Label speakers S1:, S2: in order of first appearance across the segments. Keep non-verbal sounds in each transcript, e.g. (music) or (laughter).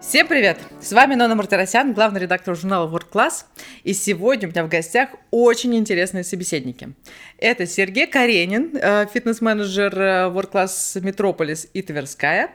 S1: Всем привет! С вами Нона Мартиросян, главный редактор журнала World Class. И сегодня у меня в гостях очень интересные собеседники. Это Сергей Каренин, э, фитнес-менеджер э, World Class Metropolis и Тверская.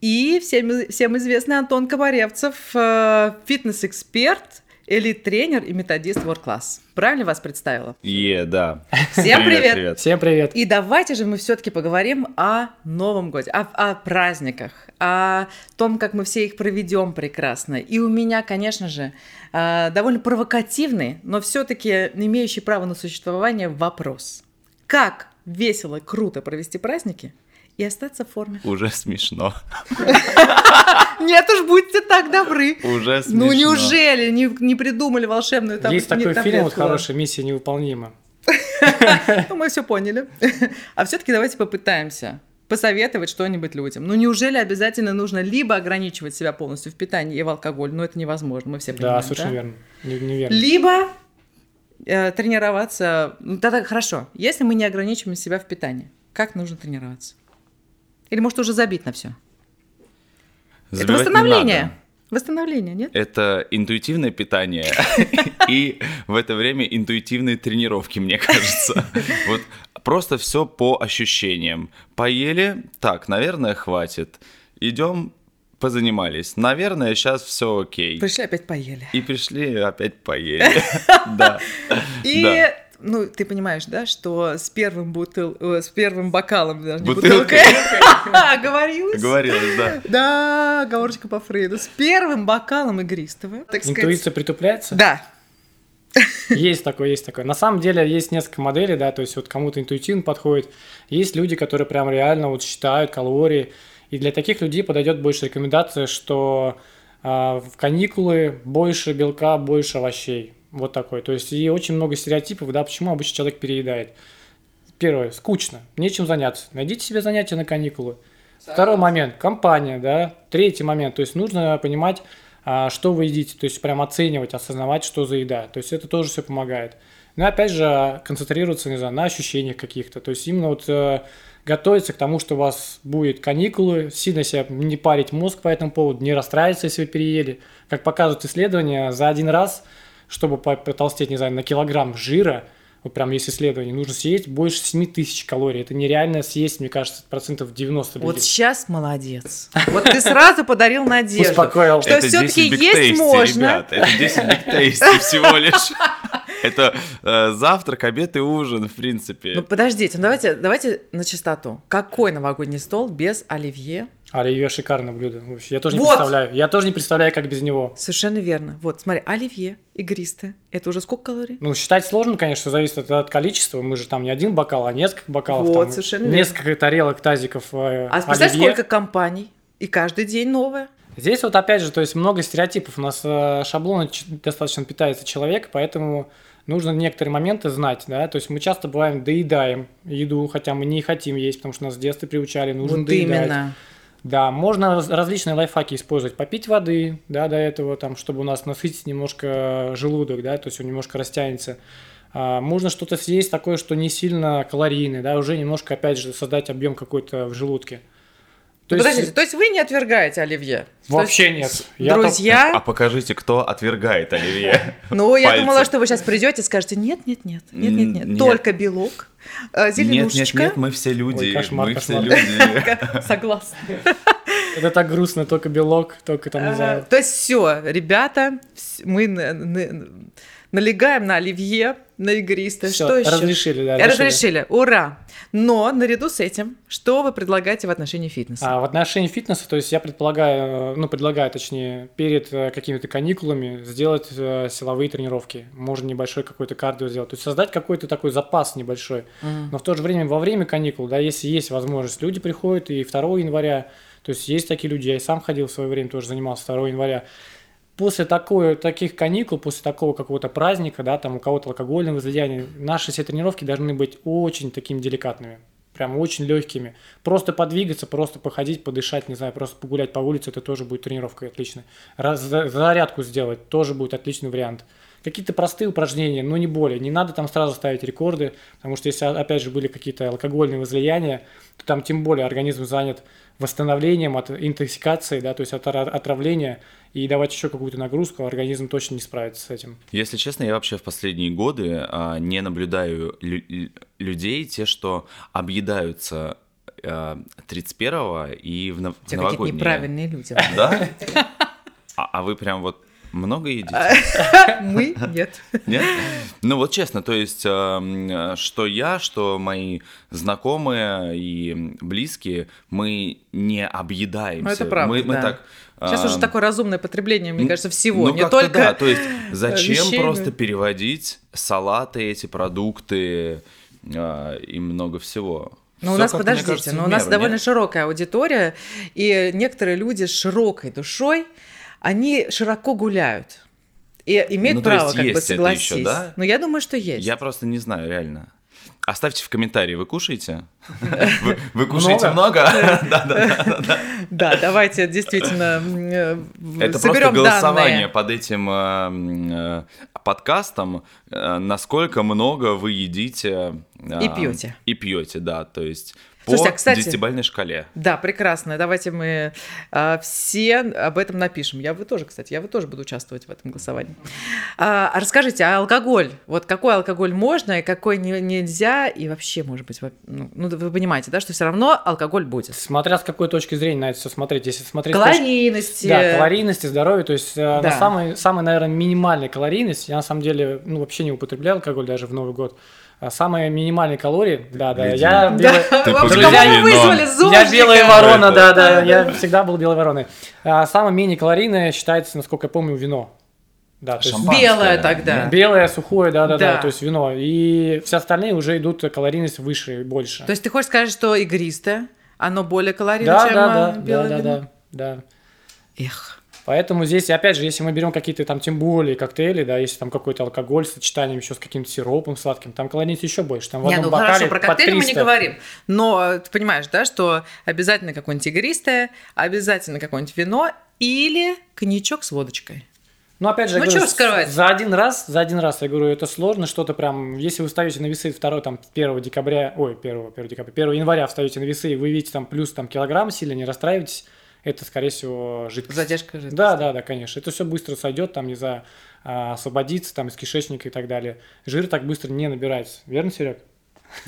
S1: И всем, всем известный Антон Кабаревцев, э, фитнес-эксперт, элит-тренер и методист World Class. Правильно вас представила?
S2: Е, да.
S1: Всем привет!
S3: Всем привет.
S1: И давайте же мы все-таки поговорим о Новом Годе, о, о праздниках, о том, как мы все их проведем прекрасно. И у меня, конечно же, э, довольно провокативный, но все-таки имеющий право на существование вопрос. Как весело, круто провести праздники и остаться в форме? (laughs)
S2: Уже смешно.
S1: Нет уж, будьте так добры.
S2: Уже смешно.
S1: Ну неужели не, не придумали волшебную там
S3: Есть
S1: не
S3: такой фильм вот
S1: таблетку?
S3: хороший «Миссия невыполнима».
S1: Ну, мы все поняли. (laughs) А все-таки давайте попытаемся посоветовать что-нибудь людям. Ну, неужели обязательно нужно либо ограничивать себя полностью в питании и в алкоголь, но это невозможно, мы все понимаем,
S3: Да, совершенно верно. Не- Неверно.
S1: Либо э, тренироваться... Ну, тогда хорошо, если мы не ограничиваем себя в питании, как нужно тренироваться? Или, может, уже забить на все? Это
S2: Забивать не
S1: восстановление.
S2: надо. Э,
S1: Восстановление, нет?
S2: Это
S1: (laughs)
S2: интуитивное питание и в это время интуитивные тренировки, мне кажется. Вот просто все по ощущениям. Поели, так, наверное, хватит. Идем, позанимались. Наверное, сейчас все окей.
S1: Пришли опять поели.
S2: И пришли опять
S1: (laughs)
S2: поели. Да.
S1: И,
S2: Да.
S1: ну, ты понимаешь, да, что с первым бутыл... э, с первым бокалом, даже не
S2: Бутылкой.
S1: бутылкой, (laughs) оговорилась.
S2: Говорилось, да.
S1: Да, оговорочка по Фрейду. С первым бокалом игристого, так сказать.
S3: Интуиция притупляется?
S1: Да.
S3: Есть такое, есть такое. На самом деле есть несколько моделей, да, то есть вот кому-то интуитивно подходит. Есть люди, которые прям реально вот считают калории. И для таких людей подойдет больше рекомендация, что а, в каникулы больше белка, больше овощей. Вот такой. То есть и очень много стереотипов, да, почему обычно человек переедает. Первое, скучно, нечем заняться. Найдите себе занятия на каникулы. Второй момент, компания, да. Третий момент, то есть нужно понимать, а, что вы едите, то есть прям оценивать, осознавать, что за еда. То есть это тоже все помогает. Ну и опять же, концентрироваться, не знаю, на ощущениях каких-то. То есть именно вот э, готовиться к тому, что у вас будет каникулы, сильно себя не парить мозг по этому поводу, не расстраиваться, если вы переели. Как показывают исследования, за один раз, чтобы по- потолстеть, не знаю, на килограмм жира, вот прям есть исследование, нужно съесть больше 7 тысяч калорий. Это нереально съесть, мне кажется, процентов 90
S1: Вот
S3: людей.
S1: сейчас молодец. Вот ты сразу подарил надежду.
S3: Успокоил.
S1: Что
S2: Это
S1: всё-таки
S2: 10 Big
S1: есть
S2: Tasty,
S1: можно.
S2: Ребят, это 10 бигтейсти
S1: (laughs)
S2: всего лишь. Это э, завтрак, обед и ужин, в
S1: Ну,
S2: принципе.
S1: подождите, ну давайте, давайте на чистоту. Какой новогодний стол без оливье?
S3: Оливье шикарное блюдо. Вообще, я тоже не
S1: Вот.
S3: представляю. Я тоже не представляю, как без него.
S1: Совершенно верно. Вот, смотри, оливье, игристое. Это уже сколько калорий?
S3: Ну, считать сложно, конечно, зависит от, от количества. Мы же там не один бокал, а несколько бокалов.
S1: Вот,
S3: там
S1: совершенно верно.
S3: Несколько тарелок, тазиков, э,
S1: А представь,
S3: оливье.
S1: сколько компаний. И каждый день новое.
S3: Здесь вот опять же, то есть много стереотипов. У нас э, шаблоны ч- достаточно питается человек, поэтому нужно некоторые моменты знать, да. То есть мы часто бываем доедаем еду, хотя мы не хотим есть, потому что нас с детства приучали, нужно
S1: вот
S3: доедать.
S1: именно.
S3: Да, можно раз- различные лайфхаки использовать. Попить воды, да, до этого, там, чтобы у нас насытить немножко э, желудок, да, то есть он немножко растянется. А, можно что-то съесть такое, что не сильно калорийное, да, уже немножко, опять же, создать объем какой-то в желудке. То есть,
S1: Подождите, то есть вы не отвергаете оливье?
S3: вообще
S1: То есть
S3: нет. Я
S1: друзья,
S2: А покажите, кто отвергает оливье.
S1: Ну, я
S2: пальцем.
S1: думала, что вы сейчас придете и скажете: нет, нет, нет, нет,
S2: М,
S1: нет, нет,
S2: А, нет.
S1: только белок, э,
S2: Нет, нет,
S1: (laughs) зеленушечка.
S2: нет, мы все люди,
S3: Ой, кошмар,
S2: мы все
S3: кошмар. (laughs)
S1: (laughs)
S2: люди.
S1: Согласна.
S3: (laughs) Это так грустно, только белок, только там, не
S1: Ага.
S3: знаю.
S1: То есть все, ребята, вс- мы на- на- налегаем на оливье, на игристое.
S3: всё,
S1: Что еще?
S3: разрешили, да,
S1: Разрешили, ура! Но наряду с этим, что вы предлагаете в отношении фитнеса?
S3: А в отношении фитнеса, то есть я предполагаю, э, ну, предлагаю, точнее, перед э, какими-то каникулами сделать э, силовые тренировки. Можно небольшой какой-то кардио сделать. То есть создать какой-то такой запас небольшой.
S1: М.
S3: Но в то же время, во время каникул, да, если есть возможность, люди приходят и 2 января, то есть есть такие люди, я и сам ходил в свое время, тоже занимался 2 января. После такой, таких каникул, после такого какого-то праздника, да, там у кого-то алкогольного излияния, наши все тренировки должны быть очень такими деликатными, прям очень легкими. Просто подвигаться, просто походить, подышать, не знаю, просто погулять по улице, это тоже будет тренировка отлично. Раз- зарядку сделать тоже будет отличный вариант. какие-то простые упражнения, но не более. Не надо там сразу ставить рекорды, потому что если, а, опять же, были какие-то алкогольные возлияния, то там тем более организм занят восстановлением от интоксикации, да, то есть от ора- отравления, и давать еще какую-то нагрузку, а организм точно не справится с этим.
S2: Если честно, я вообще в последние годы а, не наблюдаю лю- лю- людей, те, что объедаются а, 31-го и в, нов-
S1: У тебя
S2: в
S1: какие-то
S2: новогодние.
S1: неправильные люди. (laughs)
S2: Да? А, а вы прям вот много едите?
S1: Мы?
S2: (laughs)
S1: Нет.
S2: Нет? Ну вот честно, то есть, эм, э, что я, что мои знакомые и близкие, мы не объедаемся.
S1: Ну, это правда,
S2: Мы, мы
S1: да.
S2: так,
S1: Сейчас
S2: эм,
S1: уже такое разумное потребление, мне кажется, всего.
S2: ну,
S1: Не
S2: как-то
S1: только...
S2: Да, то есть, зачем
S1: вещей,
S2: просто
S1: да.
S2: переводить салаты, эти продукты э, и много всего?
S1: Но Ну, у
S2: Всё
S1: нас,
S2: как-то, мне
S1: подождите,
S2: кажется, в
S1: но у нас
S2: меру,
S1: довольно
S2: нет?
S1: широкая аудитория, и некоторые люди с широкой душой, они широко гуляют. И имеют
S2: Ну, то
S1: право
S2: есть
S1: как бы
S2: есть это
S1: согласись.
S2: ещё, да?
S1: Но я думаю, что есть.
S2: Я просто не знаю, реально. Оставьте в комментарии,
S1: (laughs)
S2: вы кушаете? Вы- Вы кушаете много? Да-да-да.
S1: Да, давайте действительно м, э,
S2: Это просто
S1: соберем
S2: голосование
S1: данные.
S2: под этим э, м, э, подкастом, э, насколько много вы едите э,
S1: И пьете.
S2: И пьете, да, то есть по
S1: Слушайте, а, кстати-
S2: десятибальной шкале.
S1: Да, прекрасно. Давайте мы а, все об этом напишем. Я вы тоже, кстати, я вы тоже буду участвовать в этом голосовании. А, а расскажите, а алкоголь? Вот какой алкоголь можно и какой не- нельзя? И вообще, может быть, во- ну, ну, вы понимаете, да, что все равно алкоголь будет.
S3: Смотря с какой точки зрения на это все смотреть. Если смотреть с точки-
S1: Калорийности.
S3: Да, калорийности, здоровье, то есть э,
S1: Да.
S3: на самый, самый, наверное, минимальная калорийность, я на самом деле ну, вообще не употреблял алкоголь даже в Новый год, А самые минимальные калории, да, да, я
S1: Да, (laughs)
S3: белая-
S2: Ты
S1: вообще,
S2: погляди,
S1: кого вы
S2: но-
S1: вызвали?
S3: Я
S1: Зожника?
S3: белая ворона,
S2: Это-
S3: да, да, я всегда был белой вороной. А самое менее калорийное считается, насколько я помню, вино. Да, то есть
S2: Шампанское,
S1: Белое тогда.
S3: белое, сухое, да, да, да,
S1: Да.
S3: то есть вино. И все остальные уже идут э, калорийность выше и больше.
S1: То есть ты хочешь сказать, что игристое, оно более калорийное,
S3: да,
S1: чем
S3: да, да,
S1: а,
S3: да,
S1: белое
S3: да,
S1: вино?
S3: да, да.
S1: Эх.
S3: Поэтому здесь, опять же, если мы берем какие-то там тем более коктейли, да, если там какой-то алкоголь с сочетанием еще с каким-то сиропом сладким, там калорийность еще больше. Там в
S1: Не,
S3: одном
S1: ну
S3: бокале
S1: хорошо, про
S3: под
S1: коктейли мы не
S3: 300.
S1: говорим. Но э, ты понимаешь, да, что обязательно какое-нибудь игристое, обязательно какое-нибудь вино или коньячок с водочкой.
S3: Ну, опять же, я
S1: Ну,
S3: говорю,
S1: чего скрывать?
S3: за один раз, за один раз, я говорю, это сложно, что-то прям, если вы встаете на весы 2, там, 1 декабря, ой, 1, 1 декабря, 1 января встаете на весы, и вы видите там плюс там килограмм сильно, не расстраивайтесь, это, скорее всего, жидкость.
S1: Задержка жидкости.
S3: Да, да, да, конечно. Это все быстро сойдет, там не за освободиться там из кишечника и так далее. Жир так быстро не набирается. Верно, Серег?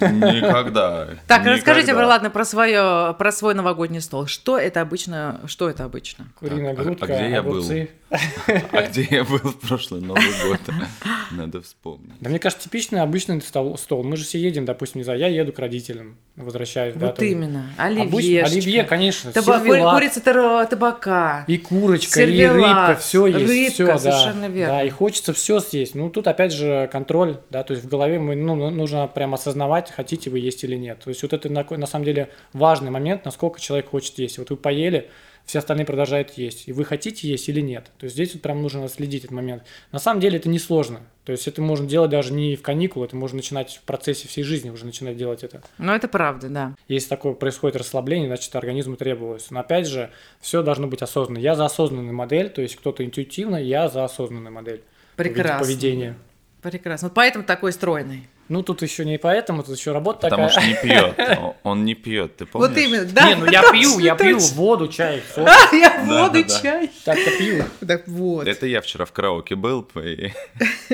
S2: А Никогда.
S1: (laughs) Так, расскажите,
S2: никогда.
S1: про, ладно, про, свое, про свой новогодний стол. Что это обычно? Что это обычно?
S3: Куриная
S2: Так, а- а
S3: грудка,
S2: где я был?
S3: огурцы.
S2: А где я был в прошлый Новый год? (laughs) Надо вспомнить.
S3: Да мне кажется, типичный обычный стол, стол. Мы же все едем, допустим, не знаю, я еду к родителям, возвращаюсь. да,
S1: вот
S3: там.
S1: именно.
S3: Обычно
S1: Оливье.
S3: оливье, конечно,
S1: Таба- кури-
S3: сервелат,
S1: курица тара- табака.
S3: и курочка, и
S1: сервелат,
S3: рыбка, все есть,
S1: рыбка,
S3: всё, да.
S1: совершенно верно.
S3: Да, и хочется все съесть. Ну тут опять же контроль, да, то есть в голове мы, ну, ну, нужно прям осознавать, хотите вы есть или нет. То есть вот это на, на самом деле важный момент, насколько человек хочет есть. Вот вы поели, все остальные продолжают есть. И вы хотите есть или нет. То есть здесь вот прям нужно следить этот момент. На самом деле это несложно. То есть это можно делать даже не в каникулы, это можно начинать в процессе всей жизни уже начинать делать это.
S1: Ну, это правда, да.
S3: Если такое происходит расслабление, значит организму требовалось. Но опять же, все должно быть осознанно. Я за осознанную модель, то есть кто-то интуитивно, я за осознанную модель повед-
S1: Прекрасно.
S3: поведения.
S1: Прекрасно. Вот поэтому такой стройный.
S3: Ну тут еще не поэтому, тут еще работа
S2: Потому что
S3: (laughs) такая.
S2: не пьет. О- Он не пьет, ты помнишь?
S1: Вот именно, да.
S3: Не, ну я
S1: (laughs) точно,
S3: пью, я пью
S1: точно.
S3: воду, чай,
S1: (laughs)
S3: сок,
S1: А, я
S2: Да,
S1: воду,
S2: да, да.
S1: чай.
S3: так-то пью.
S1: Так вот.
S2: Это я вчера в караоке был, и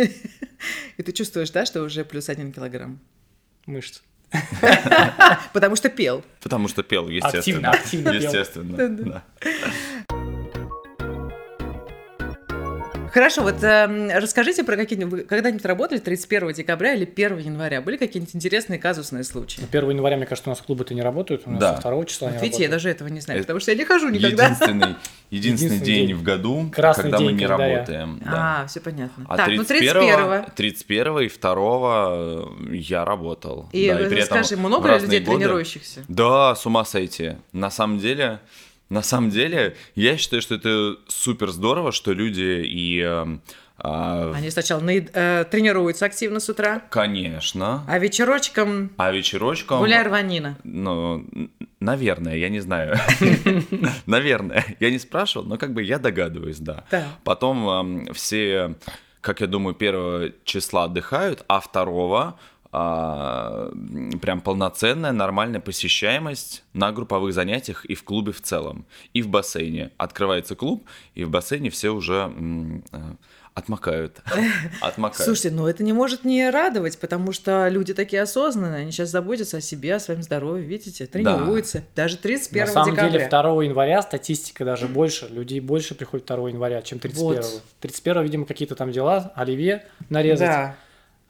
S2: (laughs)
S1: И ты чувствуешь, да, что уже плюс один килограмм?
S3: Мышц.
S1: Потому что пел.
S2: Потому что пел, естественно.
S3: Активно, активно пел.
S2: Естественно,
S1: Да-да.
S2: да.
S1: Хорошо, вот эм, расскажите про какие-нибудь... Вы когда-нибудь работали 31 декабря или 1 января? Были какие-нибудь интересные казусные случаи?
S3: 1 января, мне кажется, у нас клубы-то не работают, у нас
S2: Да.
S3: со 2 числа не
S1: Вот видите, я
S3: работают.
S1: даже этого не знаю,
S2: Это
S1: потому что я не хожу никогда.
S2: Единственный, единственный
S3: Единственный
S2: день,
S3: день.
S2: в году,
S3: Красный
S2: когда мы
S3: день
S2: не
S3: календаря.
S2: работаем. да.
S1: А, все понятно.
S2: А
S1: так,
S2: 31,
S1: ну 31
S2: 31 и 2 я работал.
S1: И
S2: да,
S1: э,
S2: при этом
S1: скажи,
S2: в
S1: много ли
S2: разные
S1: людей
S2: годы-
S1: тренирующихся?
S2: Да, с ума сойти. На самом деле, на самом деле, я считаю, что это супер здорово, что люди и... эм, а,
S1: Они сначала наед- э, тренируются активно с утра,
S2: Конечно.
S1: а вечерочком
S2: А вечерочком...
S1: гуляй рванина.
S2: Ну, н- наверное, я не знаю. (laughs) Наверное. Я не спрашивал, но как бы я догадываюсь, да.
S1: Да.
S2: Потом эм, все как я думаю, первого числа отдыхают, а второго а, прям полноценная нормальная посещаемость на групповых занятиях и в клубе в целом, и в бассейне. Открывается клуб, и в бассейне все уже м, э,
S3: (laughs)
S2: отмокают. Отмокают.
S1: Слушайте, ну это не может не радовать, потому что люди такие осознанные, они сейчас заботятся о себе, о своем здоровье, видите, тренируются. Даже 31
S3: На самом
S1: декабря.
S3: деле 2 января статистика даже больше, людей больше приходит 2 января, чем 31.
S1: Вот.
S3: 31, видимо, какие-то там дела, оливье нарезать.
S1: Да.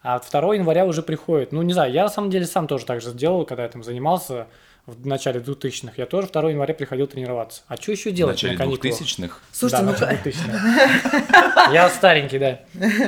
S3: А 2 января уже приходит. Ну, не знаю, я на самом деле сам тоже так же сделал, когда я там занимался в начале 2000-х. Я тоже 2 января приходил тренироваться. А что еще
S2: В
S3: делать
S2: начале
S3: на каникулах?
S2: 2000-х.
S1: Слушайте,
S3: Да,
S1: ну,
S3: начало 2000-х. Я старенький, да.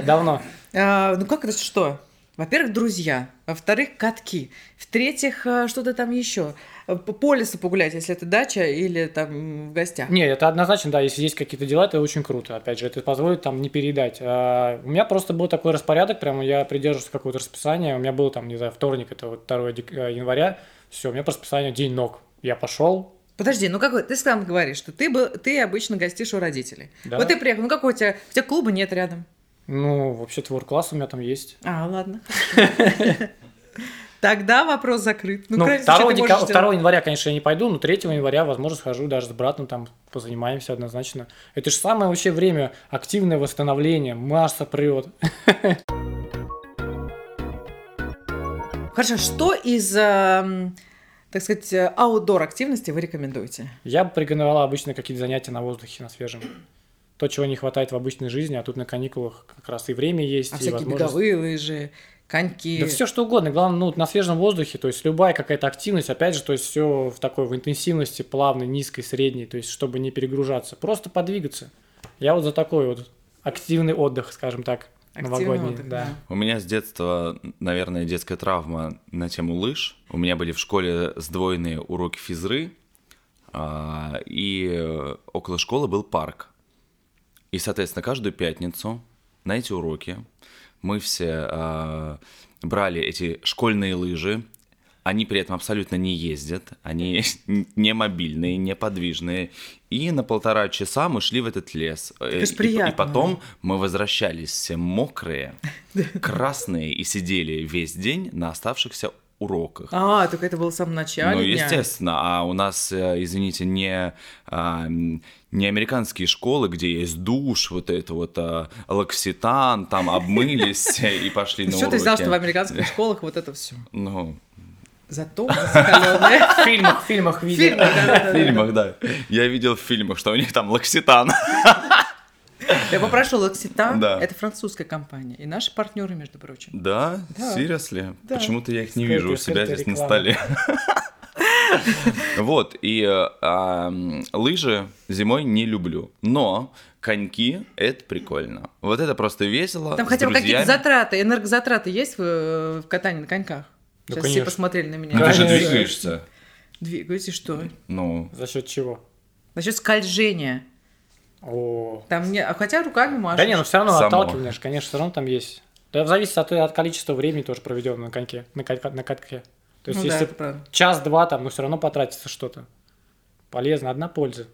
S3: Давно.
S1: А, ну как это что? Во-первых, друзья, во-вторых, катки, в-третьих, а, что-то там еще. По по лесу погулять, если это дача или там в гостях.
S3: Не, это однозначно, да, если есть какие-то дела, это очень круто. Опять же, это позволит там не передать. А, у меня просто был такой распорядок, прямо я придерживаюсь какого-то расписания. У меня был там, не знаю, вторник, это вот 2 дек- э, января. Все, у меня по расписанию день ног. Я пошел.
S1: Подожди, ну как вот- ты сам говоришь, что ты был, ты обычно гостишь у родителей.
S3: Да.
S1: Вот ты приехал, ну какой у тебя, у тебя клуба нет рядом.
S3: Ну, вообще-то ворк-класс у меня там есть.
S1: А, ладно. (laughs) Тогда вопрос закрыт.
S3: Ну,
S1: крайне
S3: 2,
S1: случае, ты можешь
S3: дека-
S1: сделать.
S3: 2 января, конечно, я не пойду, но 3 января, возможно, схожу даже с братом, там позанимаемся однозначно. Это же самое вообще время, активное восстановление, масса прет.
S1: Хорошо, что из, эм, так сказать, аутдор активности вы рекомендуете? А
S3: Я бы пригоновала обычно какие-то занятия на воздухе, на свежем. То, чего не хватает в обычной жизни, а тут на каникулах как раз и время есть,
S1: А
S3: и
S1: всякие
S3: возможность.
S1: беговые лыжи, коньки.
S3: Да все что угодно, главное, ну, на свежем воздухе, то есть любая какая-то активность, опять же, то есть все в такой в интенсивности плавной, низкой, средней, то есть чтобы не перегружаться, просто подвигаться. Я вот за такой вот активный отдых, скажем так,
S1: Активный
S3: новогодний.
S1: отдых,
S3: да.
S1: да.
S2: У меня с детства, наверное, детская травма на тему лыж. У меня были в школе сдвоенные уроки физры, а, и э, около школы был парк. И, соответственно, каждую пятницу на эти уроки мы все а, брали эти школьные лыжи. Они при этом абсолютно не ездят, они (laughs) не мобильные, не подвижные. И на полтора часа мы шли в этот лес. Э,
S1: ж
S2: и-
S1: приятно.
S2: и потом мы возвращались все мокрые, красные и сидели весь день на оставшихся уроках.
S1: А, только это было в самом начале
S2: Ну,
S1: дня.
S2: естественно, а у нас, э, извините, не, а, м, не американские школы, где есть душ, вот это вот а, локситан,
S1: (laughs)
S2: там обмылись и пошли
S1: Ну,
S2: на
S1: что ты взял,
S2: уроки.
S1: что в
S2: (laughs)
S1: американских школах вот это все?
S2: Ну,
S1: Зато закаленное.
S3: (laughs) В фильмах, в фильмах
S1: в
S3: видел.
S1: фильмах,
S2: в
S1: да-да-да.
S2: фильмах, да. Я видел в фильмах, что у них там локситан.
S1: Я попрошу Локситан,
S2: Да.
S1: это французская компания, и наши партнеры, между прочим.
S2: Да?
S1: Да.
S2: Seriously?
S1: Да.
S2: Почему-то я их не
S3: Скрытая,
S2: вижу у себя
S3: скрытая
S2: здесь на
S3: реклама.
S2: столе. Вот, и э, а, м, лыжи зимой не люблю, но коньки — это прикольно. Вот это просто весело,
S1: Там
S2: с
S1: хотя бы какие-то
S2: друзьями.
S1: затраты, энергозатраты есть в, э, в катании на коньках?
S3: Ну,
S1: Сейчас все
S3: конечно.
S1: посмотрели на меня.
S2: Ну, ты же
S3: Конечно.
S2: двигаешься.
S1: Двигаюсь, и что?
S2: Ну,
S3: За счет чего?
S1: Насчет скольжения.
S3: О.
S1: Там не... а Хотя руками машешь.
S3: Да не, ну, но все равно
S2: Само.
S3: отталкивание, же, конечно, все равно там есть. Да, зависит от, от количества времени тоже проведенного на коньке, на, кат- на катке. То есть,
S1: Ну да,
S3: если
S1: это правда.
S3: час-два там, но все равно потратится что-то. Полезно, одна польза.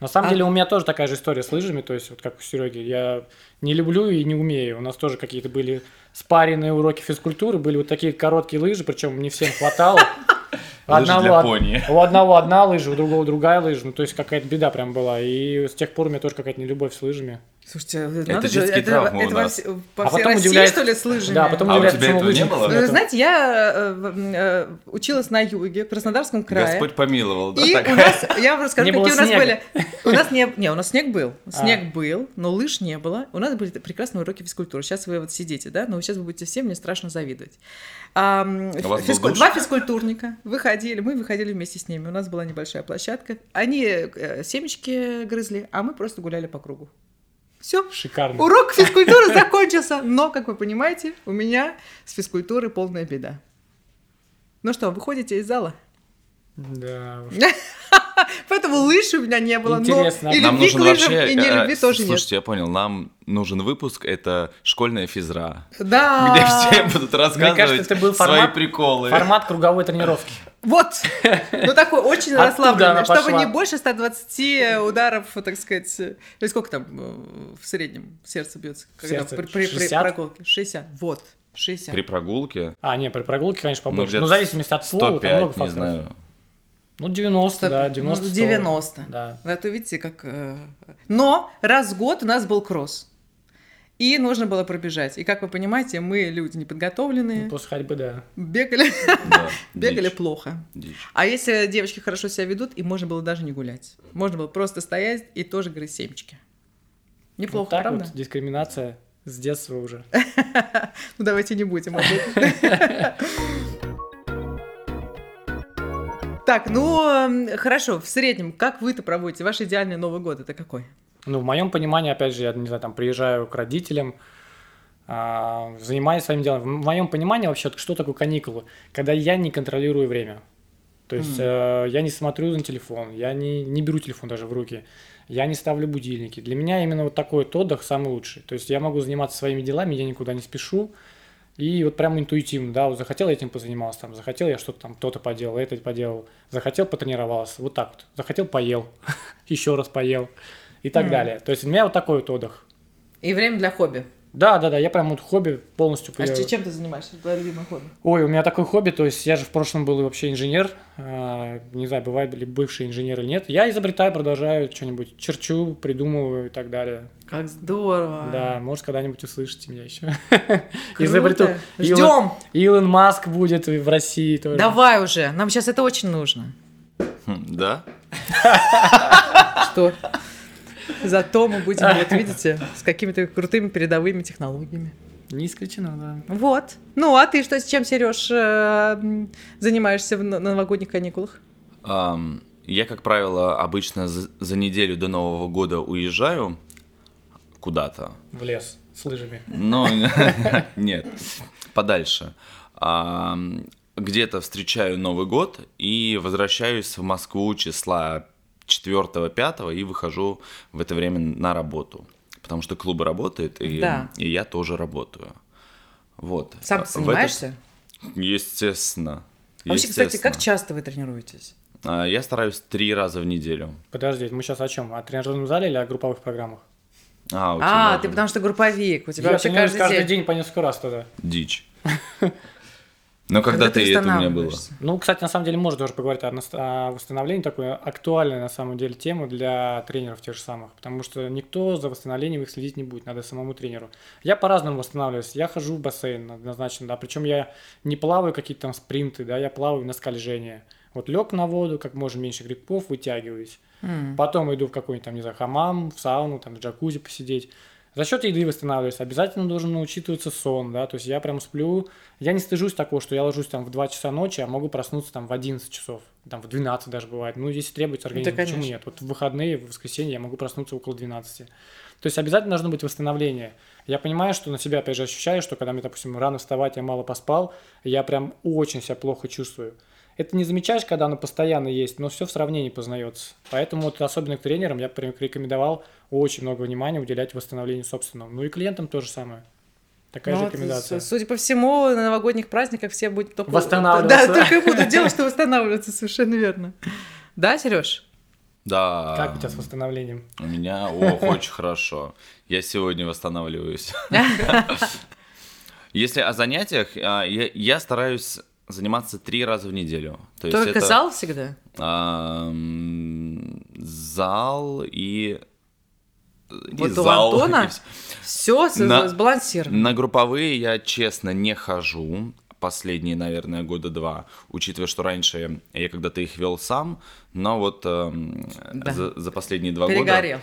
S3: На самом
S1: А-
S3: деле у меня тоже такая же история с лыжами, то есть вот как у Сереги, я не люблю и не умею. У нас тоже какие-то были спаренные уроки физкультуры, были вот такие короткие лыжи, причем не всем хватало.
S2: (laughs) лыжи для
S3: од-
S2: пони.
S3: у одного одна лыжа, у другого другая лыжа. Ну, то есть какая-то беда прям была. И с тех пор у меня тоже какая-то нелюбовь с лыжами.
S1: Слушайте, э, надо же,
S2: детские
S1: это,
S2: травмы у
S1: это во
S2: нас.
S1: вс- по
S3: А
S1: всей
S3: потом
S1: России,
S3: удивляется-
S1: что ли, с лыжами?
S3: Да, потом
S2: А у
S3: удивляется,
S2: тебя
S3: почему
S2: этого не
S3: лыжи
S2: было?
S1: Вы
S3: (laughs) нет.
S1: Знаете, я э, в- э, училась на юге, в Краснодарском крае.
S2: Господь помиловал, да,
S1: И у
S2: так.
S1: нас, я вам расскажу,
S3: Не
S1: какие
S3: было
S1: у нас
S3: снега.
S1: были. У нас не, не, у нас снег был,
S3: А.
S1: снег был, но лыж не было. У нас были прекрасные уроки физкультуры. Сейчас вы вот сидите, да, но сейчас вы будете все мне страшно завидовать. А, м,
S2: У вас был
S1: физку-
S2: душ?
S1: Два физкультурника выходили, мы выходили вместе с ними. У нас была небольшая площадка. Они э, семечки грызли, а мы просто гуляли по кругу. Все.
S3: Шикарно.
S1: Урок физкультуры закончился, но, как вы понимаете, у меня с физкультурой полная беда. Ну что, выходите из зала?
S3: Да уж.
S1: Поэтому лыж у меня не было.
S3: Интересно.
S1: Но и
S3: Нам
S1: любви к лыжам, и не
S2: э,
S1: любви тоже нет.
S2: слушайте, я понял, нам нужен выпуск, это школьная физра,
S1: Да.
S2: где все будут рассказывать
S3: кажется, это был
S2: свои
S3: формат-
S2: приколы.
S3: Формат круговой тренировки.
S1: Вот. Ну, такой очень
S3: Оттуда
S1: расслабленный,
S3: она
S1: чтобы
S3: пошла.
S1: не больше 120 ударов, так сказать. э, Или сколько там э, в среднем сердце бьется? Когда
S3: Сердце
S1: при, при- при
S3: 60?
S1: прогулке? 60. Вот. 60.
S2: При прогулке,
S3: А, не, при прогулке, конечно, побольше.
S2: где-то
S3: ну, в зависимости от слова, там много
S2: 105, не
S1: (laughs)
S3: факторов.
S2: знаю.
S3: Ну, 90, да, 90.
S1: Ну,
S3: 100.
S1: 90.
S3: Да.
S1: Вот вы видите, как... э, Но раз в год у нас был кросс. И нужно было пробежать. И, как вы понимаете, мы люди
S3: Ну,
S1: неподготовленные,
S3: После ходьбы, да.
S1: бегали,
S2: Да,
S1: бегали
S2: дичь,
S1: плохо.
S2: дичь.
S1: А если девочки хорошо себя ведут, и можно было даже не гулять. Можно было просто стоять и тоже грызть семечки. Неплохо,
S3: Вот Ну, так
S1: правда?
S3: вот дискриминация с детства уже.
S1: Ну давайте не будем. об
S3: (laughs)
S1: этом. Так, ну эм, хорошо, в среднем, как вы-то проводите? Ваш идеальный Новый год это какой?
S3: Ну, в моем понимании, опять же, я, не знаю, там, приезжаю к родителям, а, занимаюсь своим делом. В моем понимании вообще, что такое каникулы? Когда я не контролирую время. То есть э, я не смотрю на телефон, я не, не беру телефон даже в руки, я не ставлю будильники. Для меня именно вот такой вот отдых самый лучший. То есть я могу заниматься своими делами, я никуда не спешу. И вот прям интуитивно, да, вот захотел я этим позанимался, там, захотел я что-то там, кто-то поделал, это поделал, захотел потренировался, вот так вот, захотел поел, (laughs) еще раз поел и так
S1: Мгм.
S3: далее. То есть у меня вот такой вот отдых.
S1: И время для хобби.
S3: Да, да, да, я прям вот хобби полностью...
S1: А
S3: я-
S1: че- чем ты занимаешься? Твое любимое хобби?
S3: Ой, у меня такое хобби, то есть я же в прошлом был вообще инженер, а, не знаю, бывает ли бывший инженер или нет. Я изобретаю, продолжаю что-нибудь, черчу, придумываю и так далее.
S1: Как здорово.
S3: Да, может, когда-нибудь услышите меня (laughs) еще. Изобрету. Илон-
S1: Ждем.
S3: Илон Маск будет в России тоже.
S1: Давай уже. Нам сейчас это очень нужно.
S2: Хм, Да?
S1: Что? Зато мы будем, вот видите, с какими-то крутыми передовыми технологиями.
S3: Не исключено, да.
S1: Вот. Ну, а ты что, с чем, Сереж, занимаешься в но- на новогодних каникулах?
S2: Ам, Я, как правило, обычно за за неделю до Нового года уезжаю куда-то.
S3: В лес с лыжами.
S2: Ну, (laughs) нет, подальше. Ам, Где-то встречаю Новый год и возвращаюсь в Москву числа 4-5 и выхожу в это время на работу. Потому что клубы работают, и,
S1: Да.
S2: и я тоже работаю. Вот.
S1: Сам
S2: А,
S1: ты
S2: в этот-
S1: занимаешься?
S2: Естественно.
S1: А Вообще, кстати, как
S2: естественно.
S1: часто вы тренируетесь?
S2: А, Я стараюсь три раза в неделю.
S3: Подожди, мы сейчас о чем? О тренажерном зале или о групповых программах?
S2: А, у тебя
S1: А,
S2: же
S1: ты потому что групповик, у тебя
S3: Я
S1: вообще
S3: тренируюсь
S1: каждый,
S3: каждый
S1: день.
S3: день по несколько раз тогда.
S2: дичь.
S1: (laughs)
S2: Но когда ты, это у меня было.
S1: восстанавливаешься.
S3: Ну, кстати, на самом деле можно тоже поговорить о, нас- о восстановлении, такой актуальная на самом деле тема для тренеров тех же самых, потому что никто за восстановлением их следить не будет, надо самому тренеру. Я по-разному восстанавливаюсь, я хожу в бассейн однозначно, да, причем я не плаваю какие-то там спринты, да, я плаваю на скольжение. Вот лег на воду, как можно меньше грибков, вытягиваюсь.
S1: М.
S3: Потом иду в какой-нибудь там, не знаю, хамам, в сауну, там, в джакузи посидеть. За счет еды восстанавливаюсь. Обязательно должен учитываться сон, да, то есть я прям сплю. Я не стыжусь такого, что я ложусь там в 2 часа ночи, а могу проснуться там в 11 часов, там в 12 даже бывает. Ну, если требуется организм, почему
S1: конечно.
S3: нет? Вот в выходные, в воскресенье я могу проснуться около 12. То есть обязательно должно быть восстановление. Я понимаю, что на себя, опять же, ощущаю, что когда мне, допустим, рано вставать, я мало поспал, я прям очень себя плохо чувствую. Это не замечаешь, когда оно постоянно есть, но все в сравнении познается. Поэтому вот особенно к тренерам я прям рекомендовал очень много внимания уделять восстановлению собственному. Ну и клиентам тоже самое. Такая
S1: Ну
S3: же
S1: вот,
S3: рекомендация.
S1: с- Судя по всему, на новогодних праздниках все будут только...
S3: Восстанавливаться.
S1: Да, только и будут делать, что восстанавливаться, совершенно верно. Да, Сереж?
S2: Да.
S3: Как у тебя с восстановлением?
S2: У меня,
S1: (laughs)
S2: ох, очень хорошо. Я сегодня восстанавливаюсь. (laughs) Если о занятиях, а, я, я стараюсь заниматься три раза в неделю. То есть
S1: Только
S2: это,
S1: зал всегда?
S2: ам, зал и... и
S1: Вот у
S2: зал,
S1: Антона
S2: и (laughs) вс-
S1: Все
S2: На-
S1: сбалансировано.
S2: На групповые я, честно, не хожу последние, наверное, года два, учитывая, что раньше я когда-то их вел сам, но вот эм,
S1: Да.
S2: за, за последние два года...
S1: Перегорел.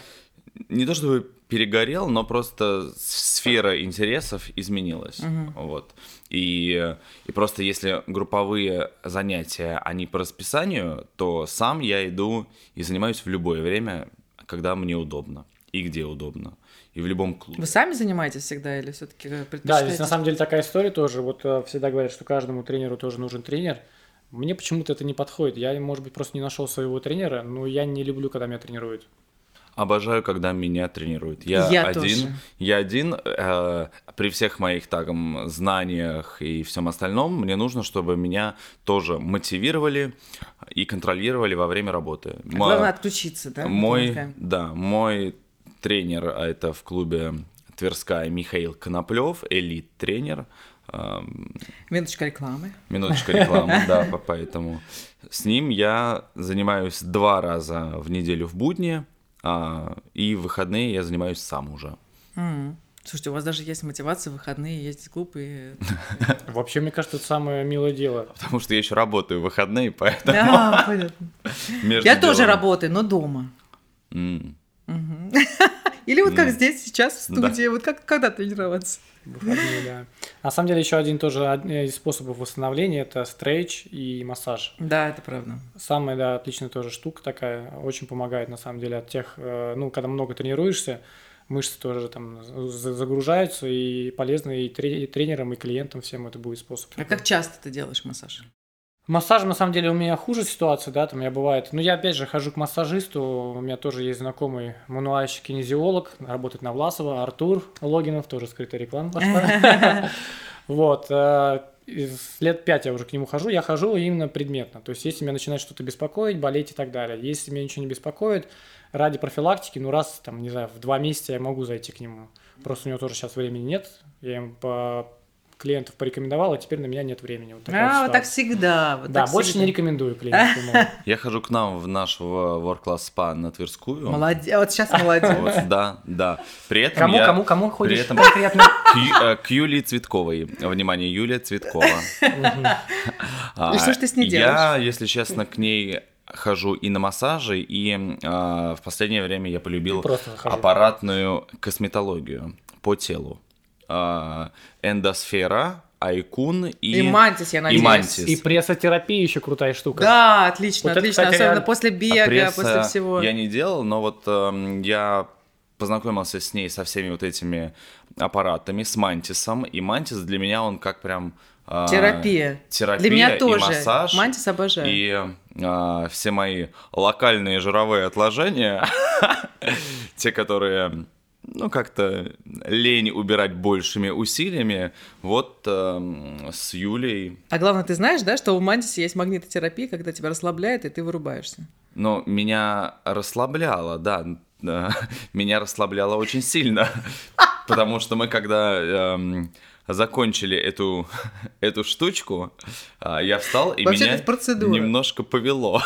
S2: Не то чтобы перегорел, но просто с- сфера интересов изменилась. Вот. И, и просто если групповые занятия, они по расписанию, то сам я иду и занимаюсь в любое время, когда мне удобно и где удобно. И в любом клубе.
S1: Вы сами занимаетесь всегда или все-таки
S3: Да,
S1: предпочитаете?
S3: здесь на самом деле такая история тоже. Вот э, всегда говорят, что каждому тренеру тоже нужен тренер. Мне почему-то это не подходит. Я, может быть, просто не нашел своего тренера, но я не люблю, когда меня тренируют.
S2: Обожаю, когда меня тренируют. Я,
S1: Я
S2: один,
S1: тоже.
S2: я один. э, при всех моих там знаниях и всем остальном мне нужно, чтобы меня тоже мотивировали и контролировали во время работы. М-
S1: Главное отключиться, да?
S2: мой,
S1: Такая.
S2: да, мой тренер, а это в клубе Тверская Михаил Коноплев, элит-тренер. эм,
S1: Минуточка рекламы.
S2: Минуточка рекламы, да, по- поэтому. С ним я занимаюсь два раза в неделю в будни, а, и в выходные я занимаюсь сам уже.
S1: М. Слушайте, у вас даже есть мотивация, в выходные ездить в клуб
S2: (laughs)
S1: и...
S3: Вообще, мне кажется, это самое милое дело.
S2: Потому что я еще работаю в выходные, поэтому
S1: Да, понятно.
S2: между
S1: Я тоже
S2: делом-
S1: работаю, но дома.
S2: М.
S1: Мгм. (laughs) Или вот как
S2: М.
S1: здесь сейчас в
S2: Да.
S1: студии, вот как когда тренироваться?
S3: Выходные, да. На самом деле, еще один тоже од- э, из способов восстановления это стрейч и массаж.
S1: Да, это правда.
S3: Самая, да, отличная тоже штука такая. Очень помогает, на самом деле, от тех, э, ну, когда много тренируешься, мышцы тоже там за- загружаются и полезно и, тре- и тренерам, и клиентам всем это будет способ.
S1: А как часто ты делаешь массаж?
S3: (laughs) Массажем, на самом деле, у меня хуже ситуация, да, там я бывает. Ну, я опять же хожу к массажисту, у меня тоже есть знакомый мануальщик-кинезиолог, работает на Власова, Артур Логинов, тоже скрытая реклама пошла. Вот, э, из- лет пять я уже к нему хожу, я хожу именно предметно. То есть, если меня начинает что-то беспокоить, болеть и так далее. Если меня ничего не беспокоит, ради профилактики, ну, раз, там, не знаю, в два месяца я могу зайти к нему. Просто у него тоже сейчас времени нет, я им по клиентов порекомендовал, а теперь на меня нет времени. Вот такая
S1: (laughs) А, вот так
S3: ситуация.
S1: всегда. вот
S3: Да,
S1: так
S3: больше не
S1: всегда. (laughs)
S3: рекомендую клиентам. ну.
S2: Я хожу к нам в наш в- Work Class Spa на Тверскую.
S1: Молодец, вот сейчас молодец.
S2: (laughs) Вот, да, да. При этом
S3: Кому,
S2: я...
S3: кому, кому ходишь?
S2: этом-
S3: Конкретно.
S2: К, Ю- э, к Юлии Цветковой. Внимание, Юлия Цветкова. (laughs)
S3: Мгм.
S1: (laughs)
S2: А,
S1: И что ж ты с ней
S2: Я, если честно, к ней хожу и на массажи, и а, в последнее время я полюбил
S3: Просто захожу.
S2: аппаратную косметологию по телу. А, эндосфера, айкун и...
S1: И мантис, я надеюсь.
S2: мантис.
S3: И прессотерапия еще крутая штука.
S1: Да, отлично,
S3: Вот это,
S1: отлично.
S3: кстати,
S1: Особенно
S3: реально-
S1: после
S2: А
S1: бега,
S2: пресса
S1: после всего.
S2: Я не делал, но вот эм, я познакомился с ней, со всеми вот этими аппаратами, с мантисом. И мантис для меня, он как прям... а,
S1: Терапия.
S2: Терапия
S1: Для меня
S2: и
S1: тоже.
S2: массаж.
S1: Мантис обожаю.
S2: И а, все мои локальные жировые отложения, (laughs) те, которые, ну, как-то лень убирать большими усилиями, вот эм, с Юлей,
S1: А главное, ты знаешь, да, что у мантиса есть магнитотерапия, когда тебя расслабляет, и ты вырубаешься.
S2: ну, меня расслабляло, да, (laughs) э, меня расслабляло очень сильно, (laughs) потому что мы когда... эм, закончили эту, (laughs) эту штучку, а, я встал, и
S1: Вообще-то
S2: меня
S1: это процедура.
S2: немножко повело. (laughs)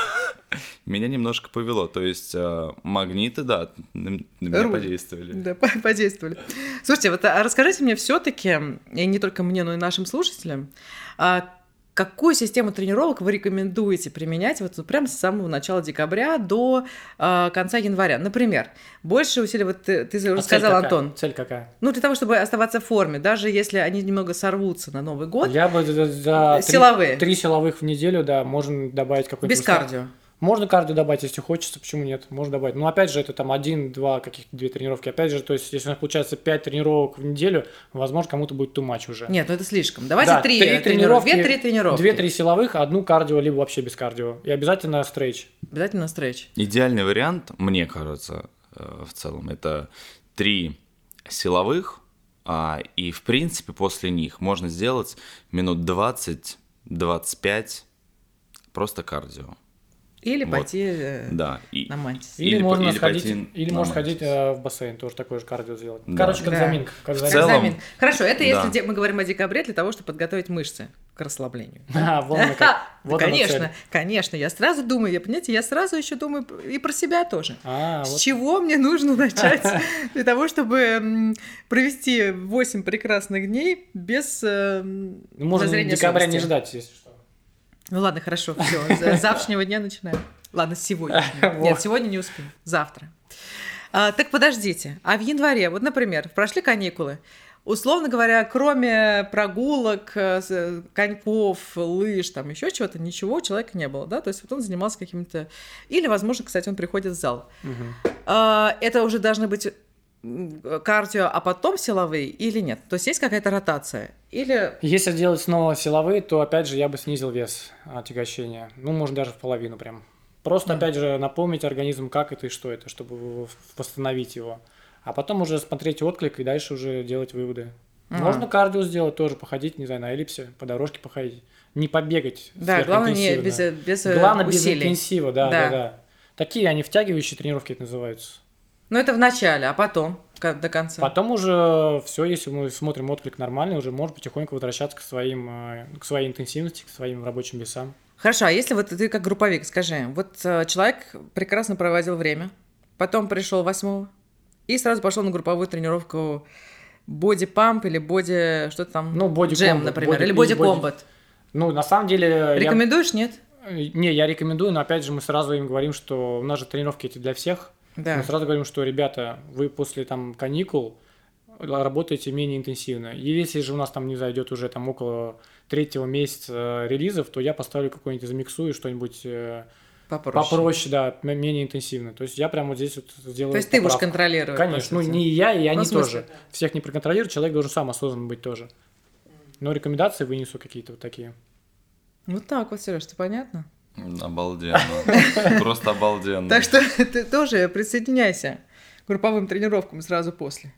S2: Меня немножко повело. То есть э, магниты, да, на на меня
S1: Руль.
S2: подействовали.
S1: Да, по- подействовали. Слушайте, вот а расскажите мне все-таки, и не только мне, но и нашим слушателям, а какую систему тренировок вы рекомендуете применять вот прямо с самого начала декабря до а, конца января? Например, больше усилий, вот ты, ты
S3: А
S1: уже
S3: цель
S1: сказал,
S3: какая?
S1: Антон,
S3: Цель какая?
S1: ну для того, чтобы оставаться в форме, даже если они немного сорвутся на Новый год,
S3: Я бы за- за три-
S1: Силовые.
S3: три силовых в неделю, да, можно добавить какой-то...
S1: без
S3: устав.
S1: кардио.
S3: Можно кардио добавить, если хочется, почему нет? Можно добавить. Но опять же, это там один-два каких-то две тренировки. Опять же, то есть, если у нас получается пять тренировок в неделю, возможно, кому-то будет too much уже.
S1: Нет, ну это слишком. Давайте
S3: Да,
S1: три, э,
S3: три
S1: тренировки.
S3: тренировки,
S1: Две-три тренировки.
S3: Две-три силовых, одну кардио, либо вообще без кардио. И обязательно стрейч.
S1: Обязательно стретч.
S2: Идеальный вариант, мне кажется, э, в целом, это три силовых, а, и в принципе после них можно сделать минут 20-25 просто кардио.
S1: Или
S2: Вот.
S1: пойти э,
S2: Да. И,
S1: на мантис.
S3: Или,
S2: по-
S3: можно
S2: или
S3: сходить,
S2: пойти
S3: или
S2: на
S3: можно
S2: мантис.
S3: сходить э, в бассейн, тоже такое же кардио сделать.
S2: Да.
S3: Короче, как
S1: Да.
S3: заминка. Как
S2: В
S1: Как
S3: заминка.
S2: целом-
S1: экзамен. Хорошо, это если
S2: да.
S1: де- мы говорим о декабре для того, чтобы подготовить мышцы к
S3: (laughs)
S1: расслаблению.
S3: (laughs) А, вон она как.
S1: (laughs) Да,
S3: Вот она цель.
S1: конечно, конечно. Я сразу думаю, я понимаете, я сразу еще думаю и про себя тоже.
S3: А,
S1: С
S3: вот.
S1: чего мне нужно
S3: (laughs)
S1: начать для того, чтобы м, провести 8 прекрасных дней без эм,
S3: Ну, Можно
S1: зазрения
S3: декабря не
S1: совести?
S3: ждать, если что.
S1: Ну ладно, хорошо, все.
S3: (laughs)
S1: С завтрашнего дня начинаем. Ладно, с сегодняшнего. Нет,
S3: Вот.
S1: сегодня не успеем. Завтра. А, так подождите. А в январе, вот, например, прошли каникулы. Условно говоря, кроме прогулок, э, с- э, коньков, лыж, там еще чего-то, ничего у человека не было, да? То есть вот он занимался каким-то... Или, возможно, кстати, он приходит в зал.
S3: Мгм.
S1: А, это уже должны быть кардио, а потом силовые или нет? То есть есть какая-то ротация? Или...
S3: Если делать снова силовые, то опять же я бы снизил вес отягощения. Ну, может, даже в половину прям. Просто,
S1: Мгм.
S3: опять же, напомнить организму, как это и что это, чтобы в- в- восстановить его. А потом уже смотреть отклик и дальше уже делать выводы.
S1: Мгм.
S3: Можно кардио сделать тоже, походить, не знаю, на эллипсе, по дорожке походить. Не побегать.
S1: Да, главное не без,
S3: сверхинтенсивно.
S1: без э,
S3: Главное без
S1: усилий.
S3: интенсива, да,
S1: Да.
S3: да, да. Такие они втягивающие тренировки это называются.
S1: Но это в начале, а потом ка- до конца.
S3: Потом уже все, если мы смотрим отклик нормальный, уже можно потихоньку возвращаться к, своим, э, к своей интенсивности, к своим рабочим весам.
S1: Хорошо, а если вот ты как групповик, скажи, вот э, человек прекрасно проводил время, потом пришел восьмого и сразу пошел на групповую тренировку боди-памп или боди... что там?
S3: Ну, боди
S1: Джем,
S3: комбат,
S1: например,
S3: боди-
S1: или боди-комбат.
S3: боди- Ну, на самом деле... я-
S1: Рекомендуешь, нет?
S3: Не, я рекомендую, но опять же мы сразу им говорим, что у нас же тренировки эти для всех.
S1: Да.
S3: Мы сразу говорим, что, ребята, вы после там каникул работаете менее интенсивно. И если же у нас там не зайдет уже там около третьего месяца э, релизов, то я поставлю какой-нибудь, замиксую что-нибудь э,
S1: Попроще.
S3: попроще, да, м- менее интенсивно. То есть я прям вот здесь вот сделаю
S1: То есть ты будешь
S3: поправку.
S1: контролировать?
S3: Конечно,
S1: по
S3: ну
S1: сути.
S3: не и я, и
S1: Ну,
S3: они
S1: в смысле?
S3: тоже. Всех не проконтролируют, человек должен сам осознан быть тоже. Но рекомендации вынесу какие-то вот такие.
S1: Вот так вот, Сереж, ты понятно?
S2: Обалденно.
S1: (laughs)
S2: Просто обалденно.
S1: Так что (laughs) ты тоже присоединяйся к групповым тренировкам сразу после.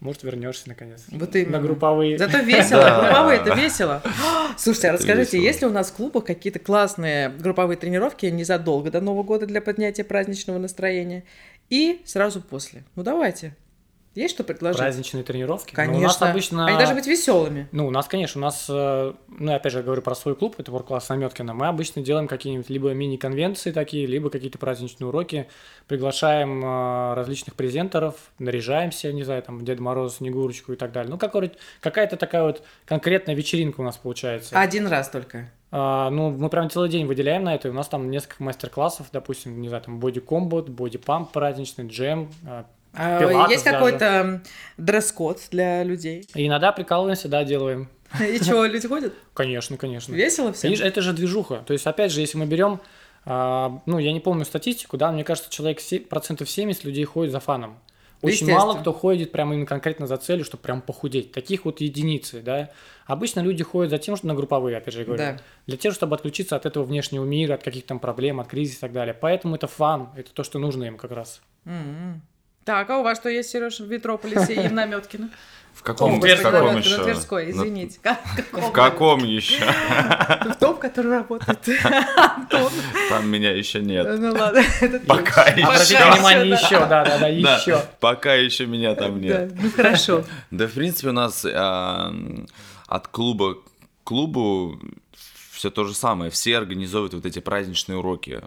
S3: Может, вернешься наконец.
S1: Вот именно.
S3: На групповые.
S1: Зато весело,
S2: Да.
S1: групповые это весело. (gasps) Слушайте, а
S2: Это
S1: расскажите,
S2: весело.
S1: есть ли у нас в клубах какие-то классные групповые тренировки незадолго до Нового года для поднятия праздничного настроения и сразу после? Ну давайте. Есть что предложить?
S3: Праздничные тренировки. Но
S1: Конечно.
S3: Ну, у нас обычно...
S1: Они должны быть веселыми.
S3: Ну, у нас, конечно, у нас, э, ну, я опять же говорю про свой клуб, это World Class Наметкина, мы обычно делаем какие-нибудь либо мини-конвенции такие, либо какие-то праздничные уроки, приглашаем э, различных презентеров, наряжаемся, не знаю, там, Дед Мороз, Снегурочку и так далее. Ну, какой- какая-то такая вот конкретная вечеринка у нас получается.
S1: Один раз только.
S3: А, ну, мы прям целый день выделяем на это, и у нас там несколько мастер-классов, допустим, не знаю, там, боди-комбот, боди-памп праздничный, джем, э,
S1: А
S3: Пилатес
S1: есть какой-то м, дресс-код для людей? (laughs)
S3: и иногда прикалываемся, да, делаем.
S1: И чего, люди ходят?
S3: Конечно, конечно.
S1: Весело всем?
S3: Видишь, это же движуха. То есть, опять же, если мы берем, а, ну, я не помню статистику, да, но мне кажется, человек се- процентов 70 людей ходит за фаном. Очень
S1: Естественно.
S3: мало кто ходит прямо именно конкретно за целью, чтобы прям похудеть. Таких вот единицы, да. Обычно люди ходят за тем, что на групповые, опять же, я говорю.
S1: Да.
S3: Для того, чтобы отключиться от этого внешнего мира, от каких-то там проблем, от кризиса и так далее. Поэтому это фан, это то, что нужно им как раз.
S1: М-м. Так, а у вас что есть, Сереж, в Метрополисе и в Наметкино?
S2: (laughs) В каком,
S1: О,
S2: в
S1: господи,
S2: каком
S1: на-
S2: еще?
S1: На Тверской,
S2: э, На-
S1: извините.
S2: В каком еще?
S1: (laughs) В том, который работает
S2: (laughs)
S1: Антон.
S2: Там меня еще нет.
S1: Ну ладно, (laughs) это ты.
S2: Пока
S3: Обратите
S2: еще.
S1: Пока.
S3: внимание
S1: всё,
S3: еще, да, да, да,
S2: Да,
S3: еще.
S2: пока еще меня там
S1: Да,
S2: нет.
S1: ну
S2: (laughs)
S1: хорошо.
S2: Да, в принципе, у нас а, м, от клуба к клубу все то же самое. Все организовывают вот эти праздничные уроки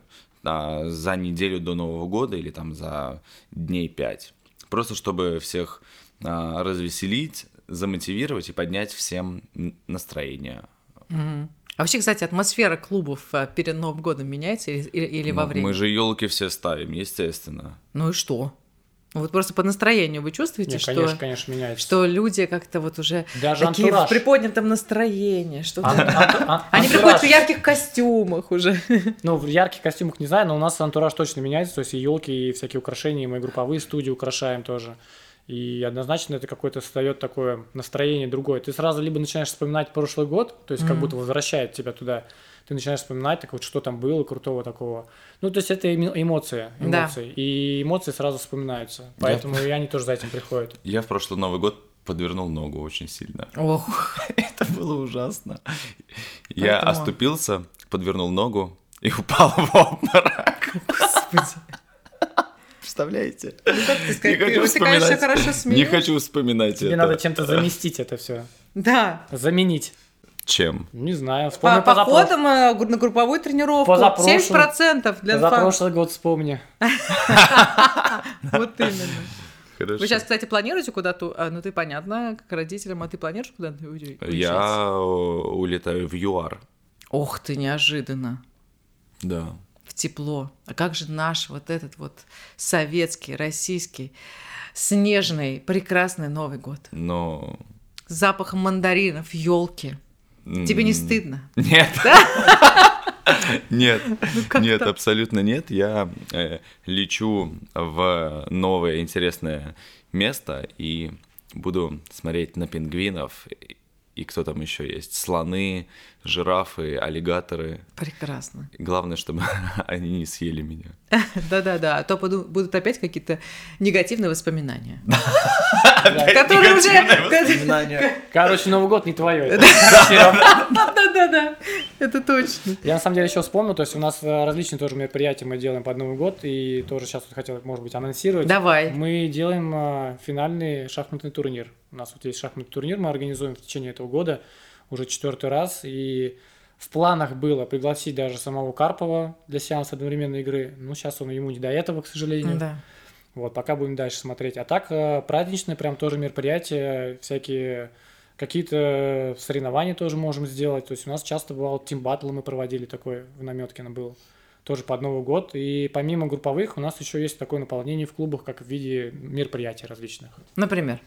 S2: а, за неделю до Нового года или там за дней пять. Просто чтобы всех а, развеселить, замотивировать и поднять всем н- настроение.
S1: Мгм. А вообще, кстати, атмосфера клубов э, перед Новым годом меняется или- или или во
S2: Ну,
S1: время?
S2: Мы же елки все ставим, естественно.
S1: Ну и что? Вот просто по настроению вы чувствуете,
S3: Не,
S1: что,
S3: конечно, конечно, меняется.
S1: что люди как-то вот уже
S3: Даже
S1: такие в
S3: антураж.
S1: приподнятом настроении, что-то.
S3: Ан- ан- ан-
S1: Они
S3: антураж.
S1: приходят в ярких костюмах уже.
S3: Ну, в ярких костюмах не знаю, но у нас антураж точно меняется, то есть и елки, и всякие украшения, и мы групповые студии украшаем тоже. И однозначно это какое-то создает такое настроение другое. Ты сразу либо начинаешь вспоминать прошлый год, то есть как
S1: Мгм.
S3: будто возвращает тебя туда. Ты начинаешь вспоминать, так вот, что там было крутого такого. Ну, то есть это эмо- эмоции,
S1: Да.
S3: эмоции. И эмоции сразу вспоминаются. Поэтому и они тоже за этим приходят.
S2: Я в прошлый Новый год подвернул ногу очень сильно.
S1: Ох,
S2: Это было ужасно. Я
S1: Поэтому-
S2: оступился, подвернул ногу и упал в обморок.
S1: господи.
S2: (laughs)
S1: Ну,
S2: Представляете?
S1: Как ты сказать,
S2: Не
S1: ты- ты,
S2: хочу
S1: конечно,
S2: вспоминать.
S1: хорошо
S2: Не
S1: смеешься.
S2: хочу вспоминать
S3: Тебе
S2: это.
S3: надо чем-то заместить это все.
S1: (laughs) Да.
S3: Заменить.
S2: Чем?
S3: Не знаю, вспомни
S1: По,
S3: позапро-
S1: походам э, гу- на групповую тренировку.
S3: Позапрошлым.
S1: 70% для фан.
S3: позапрошлый год вспомни.
S1: Вот (laughs) именно.
S2: Хорошо.
S1: Вы сейчас, кстати, планируете куда-то? а, Ну, ты понятно, как родителям, а ты планируешь куда-то уй- уезжать?
S2: Я э, улетаю в ЮАР.
S1: Ох ты, неожиданно.
S2: Да.
S1: В тепло. А как же наш вот этот вот советский, российский, снежный, прекрасный Новый год?
S2: Но...
S1: С запахом мандаринов, елки.
S2: м,
S1: Тебе не стыдно?
S2: Нет. (laughs) Нет,
S1: как
S2: нет,
S1: так?
S2: абсолютно нет. Я э, лечу в новое интересное место и буду смотреть на пингвинов и- и кто там еще есть. Слоны, жирафы, аллигаторы.
S1: Прекрасно. (laughs)
S2: Главное, чтобы (laughs) они не съели меня.
S1: Да-да-да, а то поду- будут опять какие-то негативные воспоминания.
S2: (laughs)
S1: (laughs)
S3: Опять
S1: Которые уже...
S3: Короче, Новый год не твое.
S1: Да-да-да, это точно.
S3: Я на самом деле еще вспомнил, то есть у нас э, различные тоже мероприятия мы делаем под Новый год, и тоже сейчас вот хотел, может быть, анонсировать.
S1: Давай.
S3: Мы делаем э, финальный шахматный турнир. У нас вот есть шахматный турнир, мы организуем в течение этого года уже четвертый раз. И в планах было пригласить даже самого Карпова для сеанса одновременной игры. Ну, сейчас он ему не до этого, к сожалению.
S1: Да.
S3: Вот, пока будем дальше смотреть. А так, э, праздничные прям тоже мероприятия, всякие какие-то соревнования тоже можем сделать. То есть у нас часто бывал тим баттл мы проводили такой в Наметкино был. Тоже под Новый год. И помимо групповых у нас еще есть такое наполнение в клубах, как в виде мероприятий различных.
S1: Например.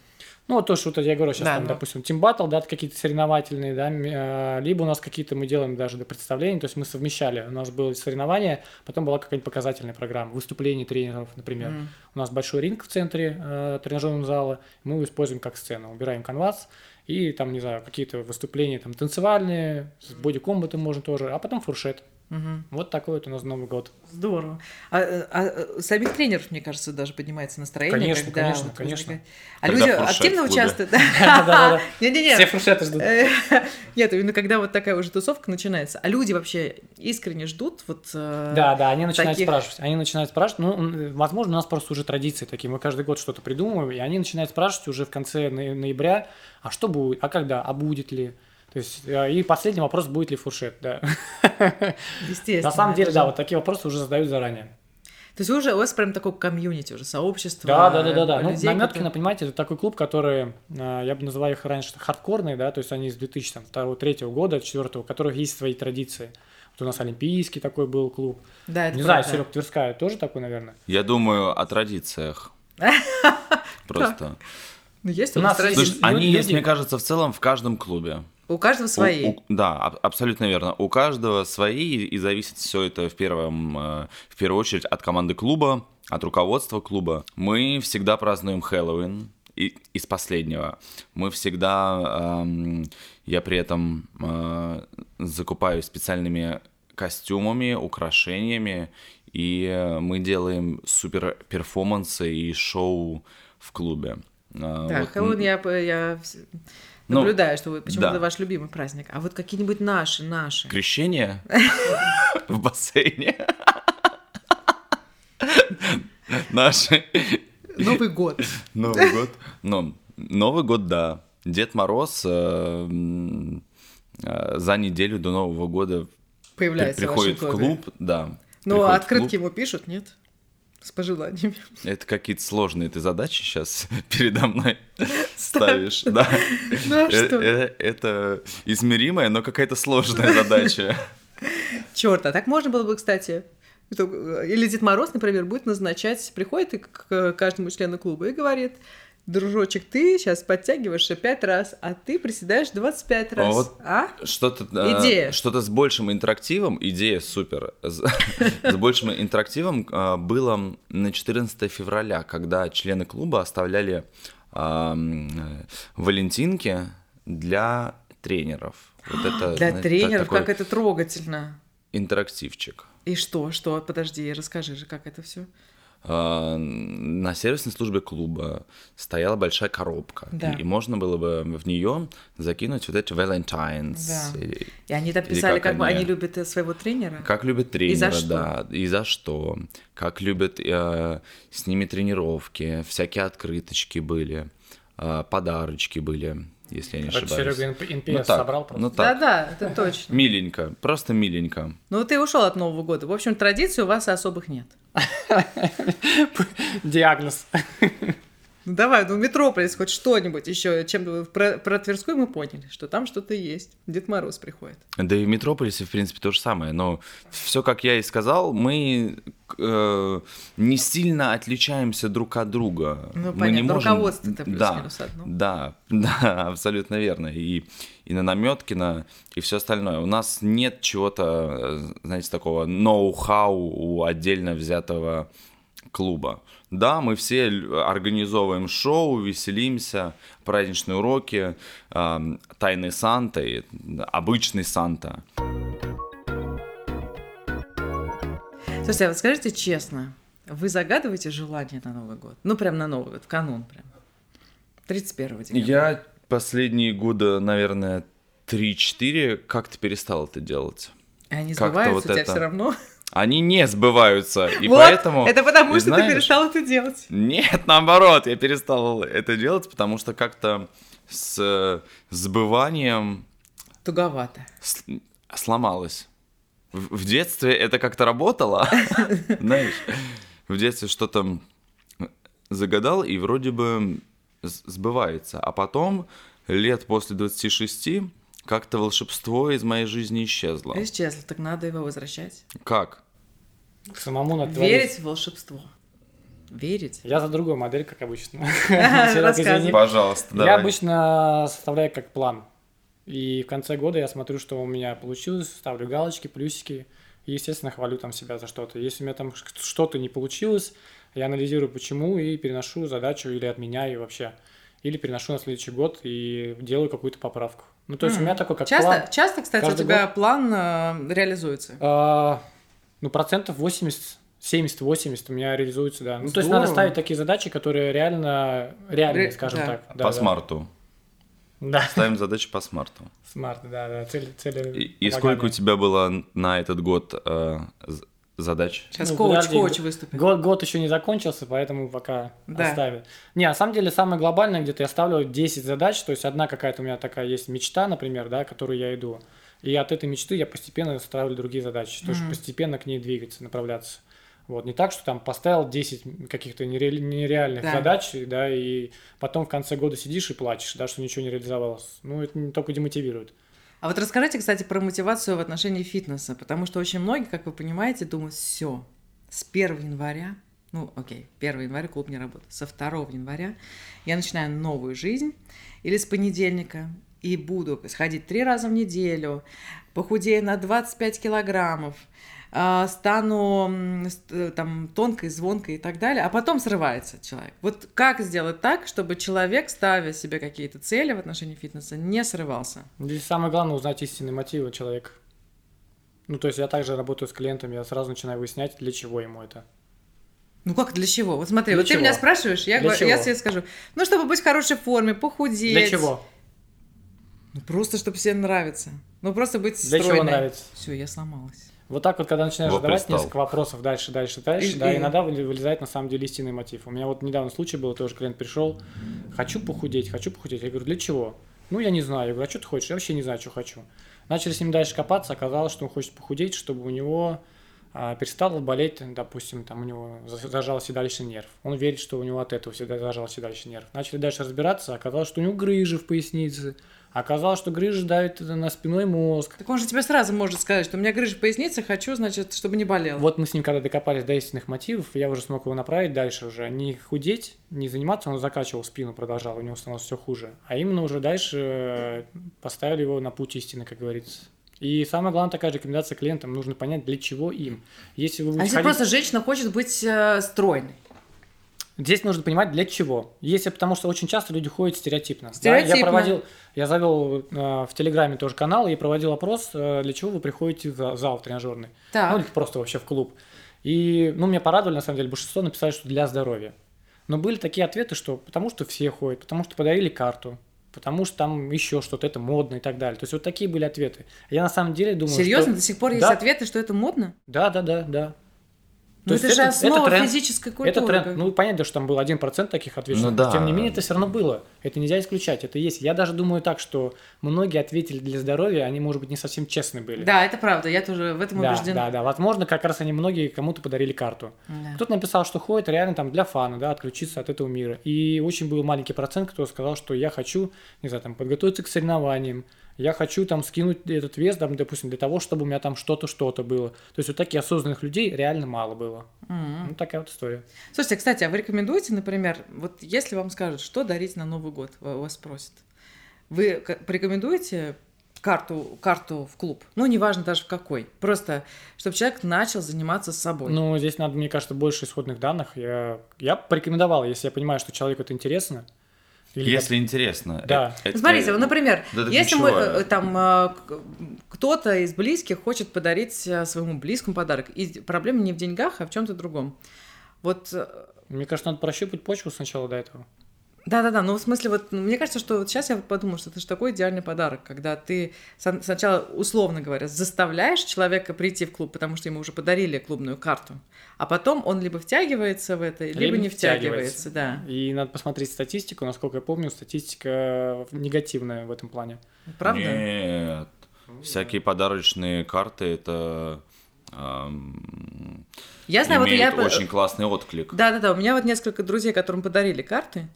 S3: Ну, вот то, что вот я говорю сейчас,
S1: Да,
S3: там,
S1: ну.
S3: допустим, Team Battle, да, какие-то соревновательные, да, м, э, либо у нас какие-то мы делаем даже до представлений, то есть мы совмещали, у нас было соревнование, потом была какая-нибудь показательная программа, выступление тренеров, например.
S1: М.
S3: У нас большой ринг в центре э, тренажерного зала, мы его используем как сцену, убираем канвас, и там, не знаю, какие-то выступления там танцевальные, с бодикомбатом можно тоже, а потом фуршет.
S1: Мгм.
S3: Вот такой вот у нас Новый год.
S1: Здорово. А, э, а, э, самих тренеров, мне кажется, даже поднимается настроение.
S3: Конечно,
S1: когда
S3: конечно,
S1: вот
S3: конечно.
S1: возникает- А
S2: Когда
S1: люди
S2: фуршет в
S1: активно
S2: клубе.
S1: участвуют? (laughs)
S3: Да-да-да. Все
S1: Не-не-не.
S3: фуршеты ждут.
S1: Э, (laughs) Нет, именно когда вот такая уже тусовка начинается, а люди вообще искренне ждут вот... э,
S3: Да, да, они начинают
S1: таких-
S3: спрашивать. Они начинают спрашивать. Ну, м, возможно, у нас просто уже традиции такие. Мы каждый год что-то придумываем, и они начинают спрашивать уже в конце ноя- ноября, а что будет, а когда, а будет ли. То есть, э, и последний вопрос, будет ли фуршет, да.
S1: Естественно.
S3: На самом деле,
S1: это же-
S3: да, вот такие вопросы уже задают заранее.
S1: То есть вы уже, у вас прям такое комьюнити уже, сообщество.
S3: Да, да, да, да, да.
S1: э,
S3: Ну,
S1: людей,
S3: Наметкино,
S1: которые-
S3: понимаете, это такой клуб, который, э, я бы называл их раньше хардкорные, да, то есть они с 2002-2003 года, 2004, у которых есть свои традиции. Вот у нас Олимпийский такой был клуб.
S1: Да, это
S3: Не знаю,
S1: правда.
S3: Серег Тверская тоже такой, наверное.
S2: Я думаю о традициях. Просто.
S1: Ну, есть
S3: У
S1: у нас
S3: нас есть-
S1: традиции.
S2: Слушай, они
S3: люди-
S2: есть, мне кажется, в целом в каждом клубе.
S1: У каждого
S2: У-
S1: свои.
S2: у- да, аб- абсолютно верно. У каждого свои, и зависит все это в, первом, э, в первую очередь от команды клуба, от руководства клуба. Мы всегда празднуем Хэллоуин. И, из последнего. Мы всегда... эм, я при этом э, закупаюсь специальными костюмами, украшениями, и э, мы делаем супер перформансы и шоу в клубе. Э,
S1: Да,
S2: вот,
S1: Хэллоуин
S2: м,
S1: я, п- я вс-
S2: Ну,
S1: наблюдаю, что вы почему-то
S2: да.
S1: ваш любимый праздник. А вот какие-нибудь наши, наши.
S2: Крещение в бассейне. Наш
S1: (laughs) Новый год.
S2: Новый год. Ну, Новый год, да. Дед Мороз э, м, э, за неделю до Нового года при-
S1: Появляется
S2: приходит в
S1: вашем клубе.
S2: клуб, да.
S1: Ну,
S2: приходит
S1: а
S2: в
S1: открытки
S2: клуб.
S1: ему пишут, нет? С пожеланиями. (laughs)
S2: Это какие-то сложные ты задачи сейчас (laughs) передо
S1: (laughs)
S2: мной ставишь, да.
S1: Ну а
S2: Э,
S1: что?
S2: э, Это измеримая, но какая-то сложная задача.
S1: Черт, а так можно было бы, кстати. Это, э, Или Дед Мороз, например, будет назначать, приходит и к к каждому члену клуба и говорит, дружочек, ты сейчас подтягиваешься пять раз, а ты приседаешь 25 раз.
S2: Вот.
S1: А?
S2: Что-то, э,
S1: Идея.
S2: что-то с большим интерактивом, идея супер, с (laughs) с большим интерактивом э, было на 14 февраля, когда члены клуба оставляли эм, э, валентинки для тренеров. Вот это,
S1: А, Для
S2: знаете,
S1: тренеров,
S2: такой
S1: как это трогательно.
S2: интерактивчик.
S1: И что, что? Подожди, расскажи же, как это все.
S2: Э, На сервисной службе клуба стояла большая коробка,
S1: Да.
S2: и, и можно было бы в нее закинуть вот эти Valentines.
S1: Да.
S2: И-
S1: И они там
S2: Или
S1: писали,
S2: как
S1: как, бы
S2: они-
S1: они любят э, своего тренера.
S2: Как любят тренера,
S1: за что?
S2: да, и за что, как любят э, с ними тренировки, всякие открыточки были, э, подарочки были, если я не
S3: Короче,
S2: ошибаюсь.
S3: Серега
S2: ну
S3: НПС
S2: так,
S3: собрал просто.
S2: ну так,
S1: Да-да, это точно.
S2: миленько, просто миленько.
S1: Ну, ты ушел от Нового года. В общем, традиций у вас особых нет.
S3: Диагноз.
S1: Ну давай, ну Метрополис хоть что-нибудь еще. Чем про, про Тверскую мы поняли, что там что-то есть. Дед Мороз приходит.
S2: Да и в Метрополисе, в принципе, то же самое. Но все, как я и сказал, мы э, не сильно отличаемся друг от друга.
S1: Ну,
S2: Мы
S1: понятно,
S2: не можем-
S1: руководство-то
S2: да,
S1: плюс-минус одно.
S2: да, (laughs) да, абсолютно верно. И, и на Наметкина, и все остальное. У нас нет чего-то, э, знаете, такого ноу-хау у отдельно взятого клуба. Да, мы все л- организовываем шоу, веселимся, праздничные уроки, эм, тайны Санта и обычный Санта.
S1: Слушайте, а вот скажите честно, вы загадываете желание на Новый год? Ну, прям на Новый год, в канун прям. 31 декабря.
S2: Я последние года, наверное, 3-4 как-то перестал это делать.
S1: И Они
S2: как-то
S1: сбываются,
S2: вот
S1: у тебя
S2: это.
S1: все равно.
S2: Они не сбываются, и
S1: Вот,
S2: поэтому...
S1: Это потому,
S2: и
S1: что
S2: знаешь-
S1: ты перестал это делать.
S2: Нет, наоборот, я перестал это делать, потому что как-то с э, сбыванием
S1: Туговато.
S2: с- сломалось. В, в детстве это как-то работало, (laughs) знаешь, в детстве что-то загадал, и вроде бы с- сбывается. А потом, лет после 26, как-то волшебство из моей жизни исчезло.
S1: Исчезло, так надо его возвращать.
S2: Как?
S3: (laughs) К самому надо творить.
S1: Верить в волшебство. Верить.
S3: Я за другую модель,
S1: (laughs)
S3: как обычно. (laughs) Серёг,
S1: Рассказывай.
S3: извини.
S2: Пожалуйста, давай.
S3: Я обычно составляю как план. И в конце года я смотрю, что у меня получилось, ставлю галочки, плюсики. И, естественно, хвалю там себя за что-то. Если у меня там ш- что-то не получилось, я анализирую почему и переношу задачу или отменяю вообще. Или переношу на следующий год и делаю какую-то поправку. Ну, то есть у меня такой как
S1: часто,
S3: план.
S1: часто, кстати, у
S3: Каждый
S1: тебя план э, реализуется.
S3: А, ну, процентов 80, 70-80 у меня реализуется, да. Ну, то есть надо
S1: Здорово.
S3: ставить такие задачи, которые реально, реальные,
S1: Ре-
S3: скажем
S1: да.
S3: так. Да,
S2: По
S3: да.
S2: смарту.
S3: Да,
S2: Ставим задачи по смарту.
S3: смарт, да, да, цели, цели
S2: И, и сколько у тебя было на этот год э, з- задач?
S1: Сейчас
S3: Ну,
S1: коуч,
S3: подожди,
S1: коуч
S3: г-
S1: выступит.
S3: Год, год еще не закончился, поэтому пока
S1: Да.
S3: оставим. Не, на самом деле, самое глобальное, где-то я ставлю 10 задач, то есть одна какая-то у меня такая есть мечта, например, да, к которой я иду. И от этой мечты я постепенно ставлю другие задачи, то есть
S1: Мгм.
S3: постепенно к ней двигаться, направляться. Вот, не так, что там поставил 10 каких-то нере- нереальных
S1: Да.
S3: задач, да, и потом в конце года сидишь и плачешь, да, что ничего не реализовалось. Ну, это не- только демотивирует.
S1: А вот расскажите, кстати, про мотивацию в отношении фитнеса, потому что очень многие, как вы понимаете, думают, все, с 1 января, ну, окей, 1 января клуб не работает, со 2 января я начинаю новую жизнь, или с понедельника, и буду сходить три раза в неделю, похудею на 25 килограммов, а, стану м, с- э, там тонкой, звонкой и так далее, а потом срывается человек. Вот как сделать так, чтобы человек, ставя себе какие-то цели в отношении фитнеса, не срывался?
S3: Здесь самое главное узнать истинные мотивы человека. Ну, то есть я также работаю с клиентами, я сразу начинаю выяснять, для чего ему это.
S1: Ну как, для чего? Вот смотри,
S3: Для
S1: вот ты
S3: чего?
S1: меня спрашиваешь, я,
S3: Для
S1: говорю- я
S3: чего?
S1: тебе скажу. Ну, чтобы быть в хорошей форме, похудеть.
S3: Для чего?
S1: Ну, просто, чтобы всем нравиться. Ну, просто быть
S3: Для чего
S1: стройной.
S3: нравится?
S1: Все, я сломалась.
S3: Вот так вот, когда начинаешь
S2: Вот
S3: задавать
S2: пристал.
S3: несколько вопросов дальше, дальше, дальше,
S1: И-
S3: да,
S1: и-
S3: иногда выли- вылезает на самом деле истинный мотив. У меня вот недавно случай был, тоже клиент пришел, хочу похудеть, хочу похудеть. Я говорю, для чего? Ну, я не знаю. Я говорю, а что ты хочешь? Я вообще не знаю, что хочу. Начали с ним дальше копаться, оказалось, что он хочет похудеть, чтобы у него а, перестал болеть, допустим, там у него за- зажал седалищный нерв. Он верит, что у него от этого всегда зажал седалищный нерв. Начали дальше разбираться, оказалось, что у него грыжи в пояснице, оказалось, что грыжи давят на спиной мозг.
S1: Так он же тебе сразу может сказать, что у меня грыжа в пояснице, хочу, значит, чтобы не болело.
S3: Вот мы с ним когда докопались до истинных мотивов, я уже смог его направить дальше уже. Не худеть, не заниматься, он закачивал спину, продолжал, у него становилось все хуже. А именно уже дальше э, поставили его на путь истины, как говорится. И самое главное, такая же рекомендация клиентам, нужно понять, для чего им. Если вы
S1: А
S3: будете
S1: если
S3: ходить-
S1: просто женщина хочет быть э, стройной?
S3: Здесь нужно понимать, для чего. Если потому что очень часто люди ходят стереотипно. Да, я
S1: Стереотипно.
S3: проводил, я завел э, в Телеграме тоже канал и проводил опрос, э, для чего вы приходите в за- зал тренажерный. Ну,
S1: Так.
S3: или просто вообще в клуб. И, ну, меня порадовали, на самом деле, большинство написали, что для здоровья. Но были такие ответы, что потому что все ходят, потому что подарили карту, потому что там еще что-то, это модно и так далее. То есть вот такие были ответы. Я на самом деле думаю,
S1: Серьезно,
S3: что-
S1: до сих пор есть
S3: Да.
S1: ответы, что это модно?
S3: Да, да, да, да.
S1: Ну, это,
S3: есть
S1: же основа
S3: тренд.
S1: физической культуры.
S3: Это тренд.
S1: как-
S3: Ну, понятно, что там было 1% таких отвешенных.
S2: Ну да.
S3: Тем не менее, это все равно было. Это нельзя исключать. Это есть. Я даже думаю так, что многие ответили для здоровья, они, может быть, не совсем честны были.
S1: Да, это правда, я тоже в этом
S3: Да, да,
S1: убеждена.
S3: да. Возможно, как раз они многие кому-то подарили карту.
S1: Да.
S3: Кто-то написал, что ходит реально там для фана, да, отключиться от этого мира. И очень был маленький процент, кто сказал, что я хочу, не знаю, там, подготовиться к соревнованиям, я хочу там скинуть этот вес, там, допустим, для того, чтобы у меня там что-то, что-то было. То есть вот таких осознанных людей реально мало было.
S1: Мгм.
S3: Ну, такая вот история.
S1: Слушайте, кстати, а вы рекомендуете, например, вот если вам скажут, что дарить на Новый год, ва- вас спросят, вы к- порекомендуете карту, карту в клуб? Ну, неважно даже в какой. Просто, чтобы человек начал заниматься собой.
S3: Ну, здесь надо, мне кажется, больше исходных данных. Я, я бы порекомендовал, если я понимаю, что человеку это интересно. Или
S2: Если интересно.
S3: Да.
S2: э- э-
S1: Смотрите, вот,
S2: э,
S1: например,
S2: да это
S1: если мы
S2: ключевое.
S1: э, э, там э, к- кто-то из близких хочет подарить э, своему близкому подарок, и проблема не в деньгах, а в чем-то другом. Вот, э,
S3: Мне кажется, надо прощупать почву сначала до этого.
S1: да-да-да, ну в смысле вот, ну, мне кажется, что вот сейчас я вот подумала, что это же такой идеальный подарок, когда ты сан- сначала, условно говоря, заставляешь человека прийти в клуб, потому что ему уже подарили клубную карту, а потом он либо втягивается в это, либо,
S3: Либо
S1: не
S3: не
S1: втягивается,
S3: втягивается.
S1: да.
S3: И надо посмотреть статистику. Насколько я помню, статистика негативная в этом плане.
S1: Правда?
S2: Нет. Всякие подарочные карты это эм,
S1: Я знаю, вот я...
S2: имеют
S1: по-
S2: очень классный отклик.
S1: Да, да, да. У меня вот несколько друзей, которым подарили карты,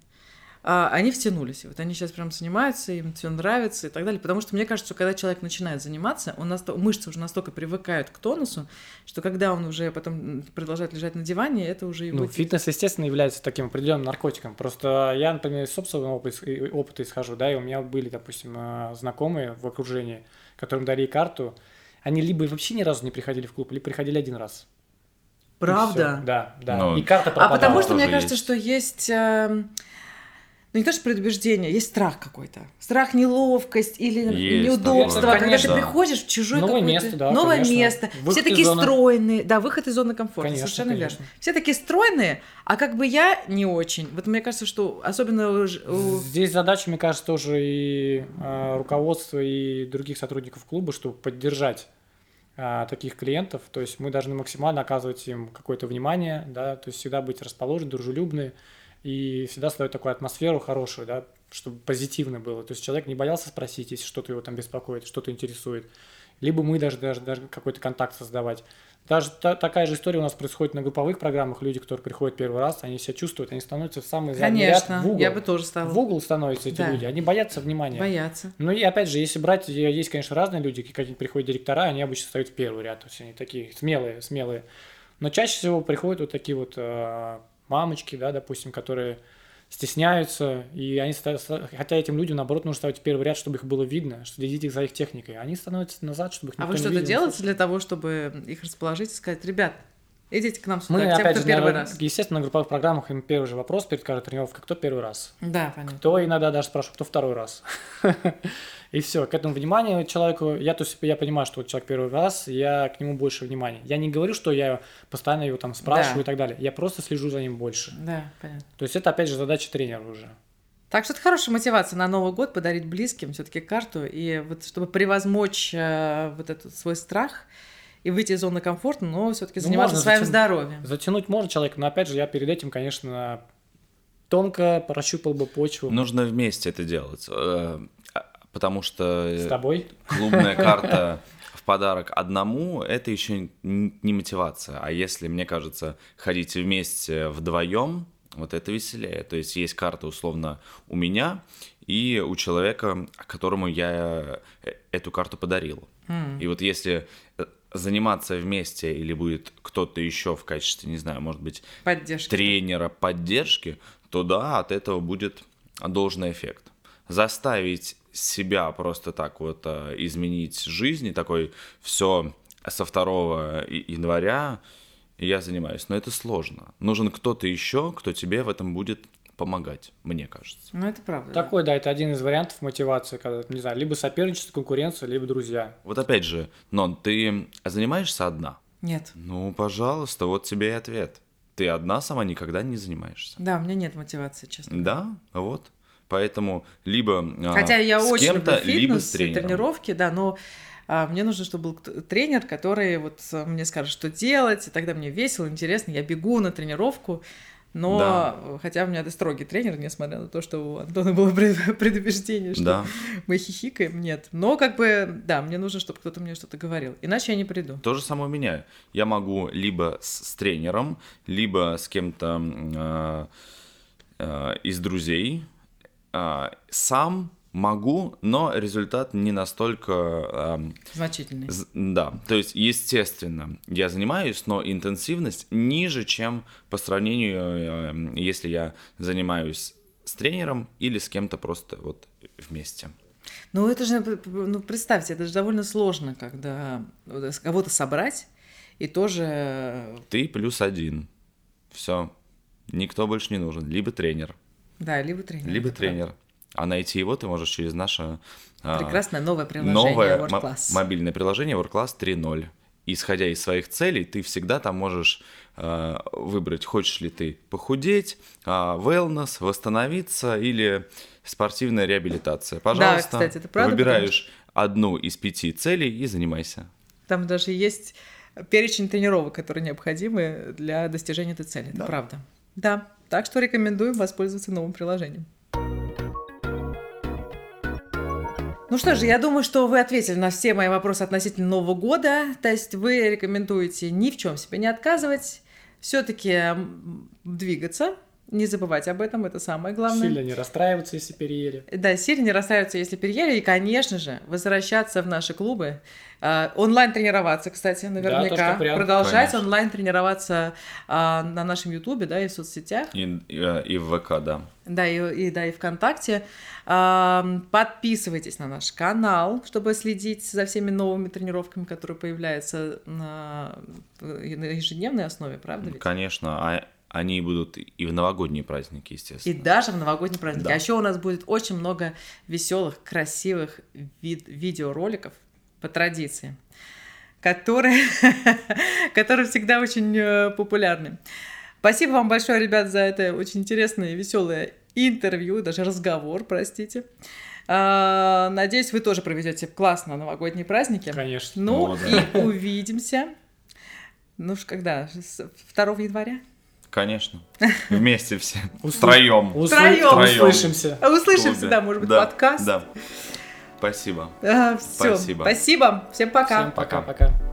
S1: а, они втянулись. Вот они сейчас прям занимаются, им все нравится и так далее. Потому что мне кажется, что когда человек начинает заниматься, он насто- мышцы уже настолько привыкают к тонусу, что когда он уже потом продолжает лежать на диване, это уже типа его.
S3: Ну, фитнес, естественно, является таким определенным наркотиком. Просто я, например, из собственного опы- и- опыта исхожу, да, и у меня были, допустим, э, знакомые в окружении, которым дарили карту. Они либо вообще ни разу не приходили в клуб, либо приходили один раз. И всё.
S1: Правда?
S3: Да, да.
S2: Ну,
S3: и карта
S1: А
S3: пропадала.
S1: потому что
S2: Тоже
S1: мне кажется,
S2: есть.
S1: что есть. эм, Ну, не то, что предубеждение, есть страх какой-то. Страх, неловкость или
S2: Есть
S1: неудобство.
S3: такое.
S1: когда
S3: Конечно.
S1: ты приходишь в чужое
S3: Новое
S1: какое-то-
S3: место, да,
S1: новое
S3: конечно.
S1: место. Все
S3: Выход из
S1: такие
S3: зоны.
S1: стройные. Да, выход из зоны комфорта.
S3: Конечно,
S1: совершенно
S3: конечно.
S1: верно. Все такие стройные, а как бы я не очень. Вот мне кажется, что особенно у ж- у-
S3: Здесь задача, мне кажется, тоже и э, руководства, и других сотрудников клуба, чтобы поддержать а, таких клиентов. То есть мы должны максимально оказывать им какое-то внимание, да, то есть всегда быть расположены, дружелюбны и всегда создавать такую атмосферу хорошую, да, чтобы позитивно было. То есть человек не боялся спросить, если что-то его там беспокоит, что-то интересует. Либо мы даже, даже, даже какой-то контакт создавать. Даже та- такая же история у нас происходит на групповых программах. Люди, которые приходят первый раз, они себя чувствуют, они становятся в самый задний ряд,
S1: Конечно,
S3: в угол
S1: я бы тоже стала
S3: в угол становятся эти
S1: Э, Да.
S3: люди, они боятся внимания.
S1: бояться.
S3: Ну и опять же, если брать, е- есть, конечно, разные люди, какие приходят директора, они обычно встают в первый ряд, то есть они такие смелые, смелые. Но чаще всего приходят вот такие вот э, мамочки, да, допустим, которые стесняются, и они ста- ста- хотя этим людям, наоборот, нужно ставить в первый ряд, чтобы их было видно, что следить их за их техникой. Они становятся назад, чтобы их
S1: А
S3: никто
S1: вы
S3: не
S1: что-то
S3: видел.
S1: делаете для того, чтобы их расположить и сказать, ребят, идите к нам сюда,
S3: Мы,
S1: те,
S3: опять
S1: кто
S3: же,
S1: первый
S3: на-
S1: раз.
S3: естественно, на групповых программах им первый же вопрос перед каждой тренировкой, кто первый раз?
S1: Да, понятно.
S3: то иногда даже спрашиваю, кто второй раз. (laughs) И все, к этому вниманию человеку, я, то есть, я понимаю, что вот человек первый раз, я к нему больше внимания. Я не говорю, что я постоянно его там спрашиваю
S1: Да.
S3: и так далее, я просто слежу за ним больше.
S1: Да, понятно.
S3: То есть это, опять же, задача тренера уже.
S1: Так что это хорошая мотивация на Новый год подарить близким все-таки карту, и вот чтобы превозмочь э, вот этот свой страх и выйти из зоны комфорта, но все-таки
S3: Ну,
S1: заниматься
S3: можно
S1: своим
S3: затем-
S1: здоровьем.
S3: Затянуть можно человека, но, опять же, я перед этим, конечно, тонко прощупал бы почву
S2: Нужно вместе это делать. э, а- Потому что
S3: с тобой.
S2: клубная карта в подарок одному это еще н- не мотивация. А если, мне кажется, ходить вместе вдвоем, вот это веселее. То есть есть карта, условно, у меня и у человека, которому я э, эту карту подарил.
S1: М.
S2: И вот если э, заниматься вместе или будет кто-то еще в качестве, не знаю, может быть,
S1: Поддержки.
S2: тренера поддержки, то да, от этого будет должный эффект. Заставить себя просто так вот э, изменить жизнь и такой все со 2 и- января я занимаюсь. Но это сложно. Нужен кто-то еще, кто тебе в этом будет помогать, мне кажется.
S1: Ну, это правда. да.
S3: Такой, да, это один из вариантов мотивации, когда, не знаю, либо соперничество, конкуренция, либо друзья.
S2: Вот опять же, Нон, ты занимаешься одна?
S1: Нет.
S2: Ну, пожалуйста, вот тебе и ответ. Ты одна сама никогда не занимаешься.
S1: Да, у меня нет мотивации, честно.
S2: Да, вот. Поэтому либо а,
S1: Хотя я
S2: с
S1: очень люблю
S2: кем-то, либо
S1: фитнес,
S2: с тренером.
S1: тренировки, да, но а, а, мне нужно, чтобы был кто- тренер, который вот э, мне скажет, что делать, и тогда мне весело, интересно, я бегу на тренировку. Но
S2: Да.
S1: э, хотя у меня это строгий тренер, несмотря на то, что у Антона было пред- (laughs) предубеждение, что
S2: Да.
S1: мы хихикаем, нет. Но как бы, да, мне нужно, чтобы кто-то мне что-то говорил, иначе я не приду.
S2: То же самое у меня. Я могу либо с, с тренером, либо с кем-то м, э, э, из друзей. А, сам могу, но результат не настолько... эм,
S1: Значительный.
S2: з- да, то есть, естественно, я занимаюсь, но интенсивность ниже, чем по сравнению, эм, если я занимаюсь с тренером или с кем-то просто вот вместе.
S1: Ну, это же, п- п- ну, представьте, это же довольно сложно, когда вот с- кого-то собрать и тоже,
S2: Ты плюс один. Все. Никто больше не нужен. Либо тренер.
S1: да, либо тренер.
S2: Либо
S1: это правда.
S2: тренер. А найти его ты можешь через наше а,
S1: Прекрасное новое приложение
S2: новое
S1: World
S2: мо-
S1: Class.
S2: мобильное приложение World Class 3.0. Исходя из своих целей, ты всегда там можешь а, выбрать, хочешь ли ты похудеть, а, wellness, восстановиться или спортивная реабилитация. Пожалуйста,
S1: кстати, это правда,
S2: выбираешь одну из пяти целей и занимайся.
S1: Там даже есть перечень тренировок, которые необходимы для достижения этой цели. Это правда. Да. Так что рекомендуем воспользоваться новым приложением. Ну что же, я думаю, что вы ответили на все мои вопросы относительно Нового года. То есть вы рекомендуете ни в чем себе не отказывать, все-таки двигаться, не забывать об этом, это самое главное.
S3: Сильно не расстраиваться, если переели.
S1: Да, сильно не расстраиваться, если переели. И, конечно же, возвращаться в наши клубы. А, Онлайн тренироваться, кстати, наверняка.
S3: тоже вариант.
S1: Продолжать
S2: Конечно.
S1: онлайн тренироваться а, на нашем Ютубе, да, и в соцсетях.
S2: И, и, э, и в ВК, да.
S1: Да, и, и- да, и ВКонтакте. Ам, Подписывайтесь на наш канал, чтобы следить за всеми новыми тренировками, которые появляются на, на ежедневной основе, правда ведь?
S2: Конечно, а они будут и в новогодние праздники, естественно.
S1: И даже в новогодний праздник.
S2: Да.
S1: А еще у нас будет очень много веселых, красивых вид- видеороликов по традиции, которые, (laughs) которые всегда очень э, популярны. Спасибо вам большое, ребят, за это очень интересное и веселое интервью, даже разговор, простите. А, Надеюсь, вы тоже проведете классно новогодние праздники.
S3: Конечно.
S1: Ну
S2: О,
S1: и увидимся. Ну ж когда? С 2 января? (laughs)
S2: Конечно. Вместе все.
S3: Услыш-
S2: Втроем.
S3: Усл-
S1: Втроём.
S3: Услышимся.
S1: А Услышимся, да, может быть, подкаст.
S2: Да. Спасибо.
S1: А, все.
S2: Спасибо.
S1: Спасибо. Всем пока.
S3: Всем пока-пока.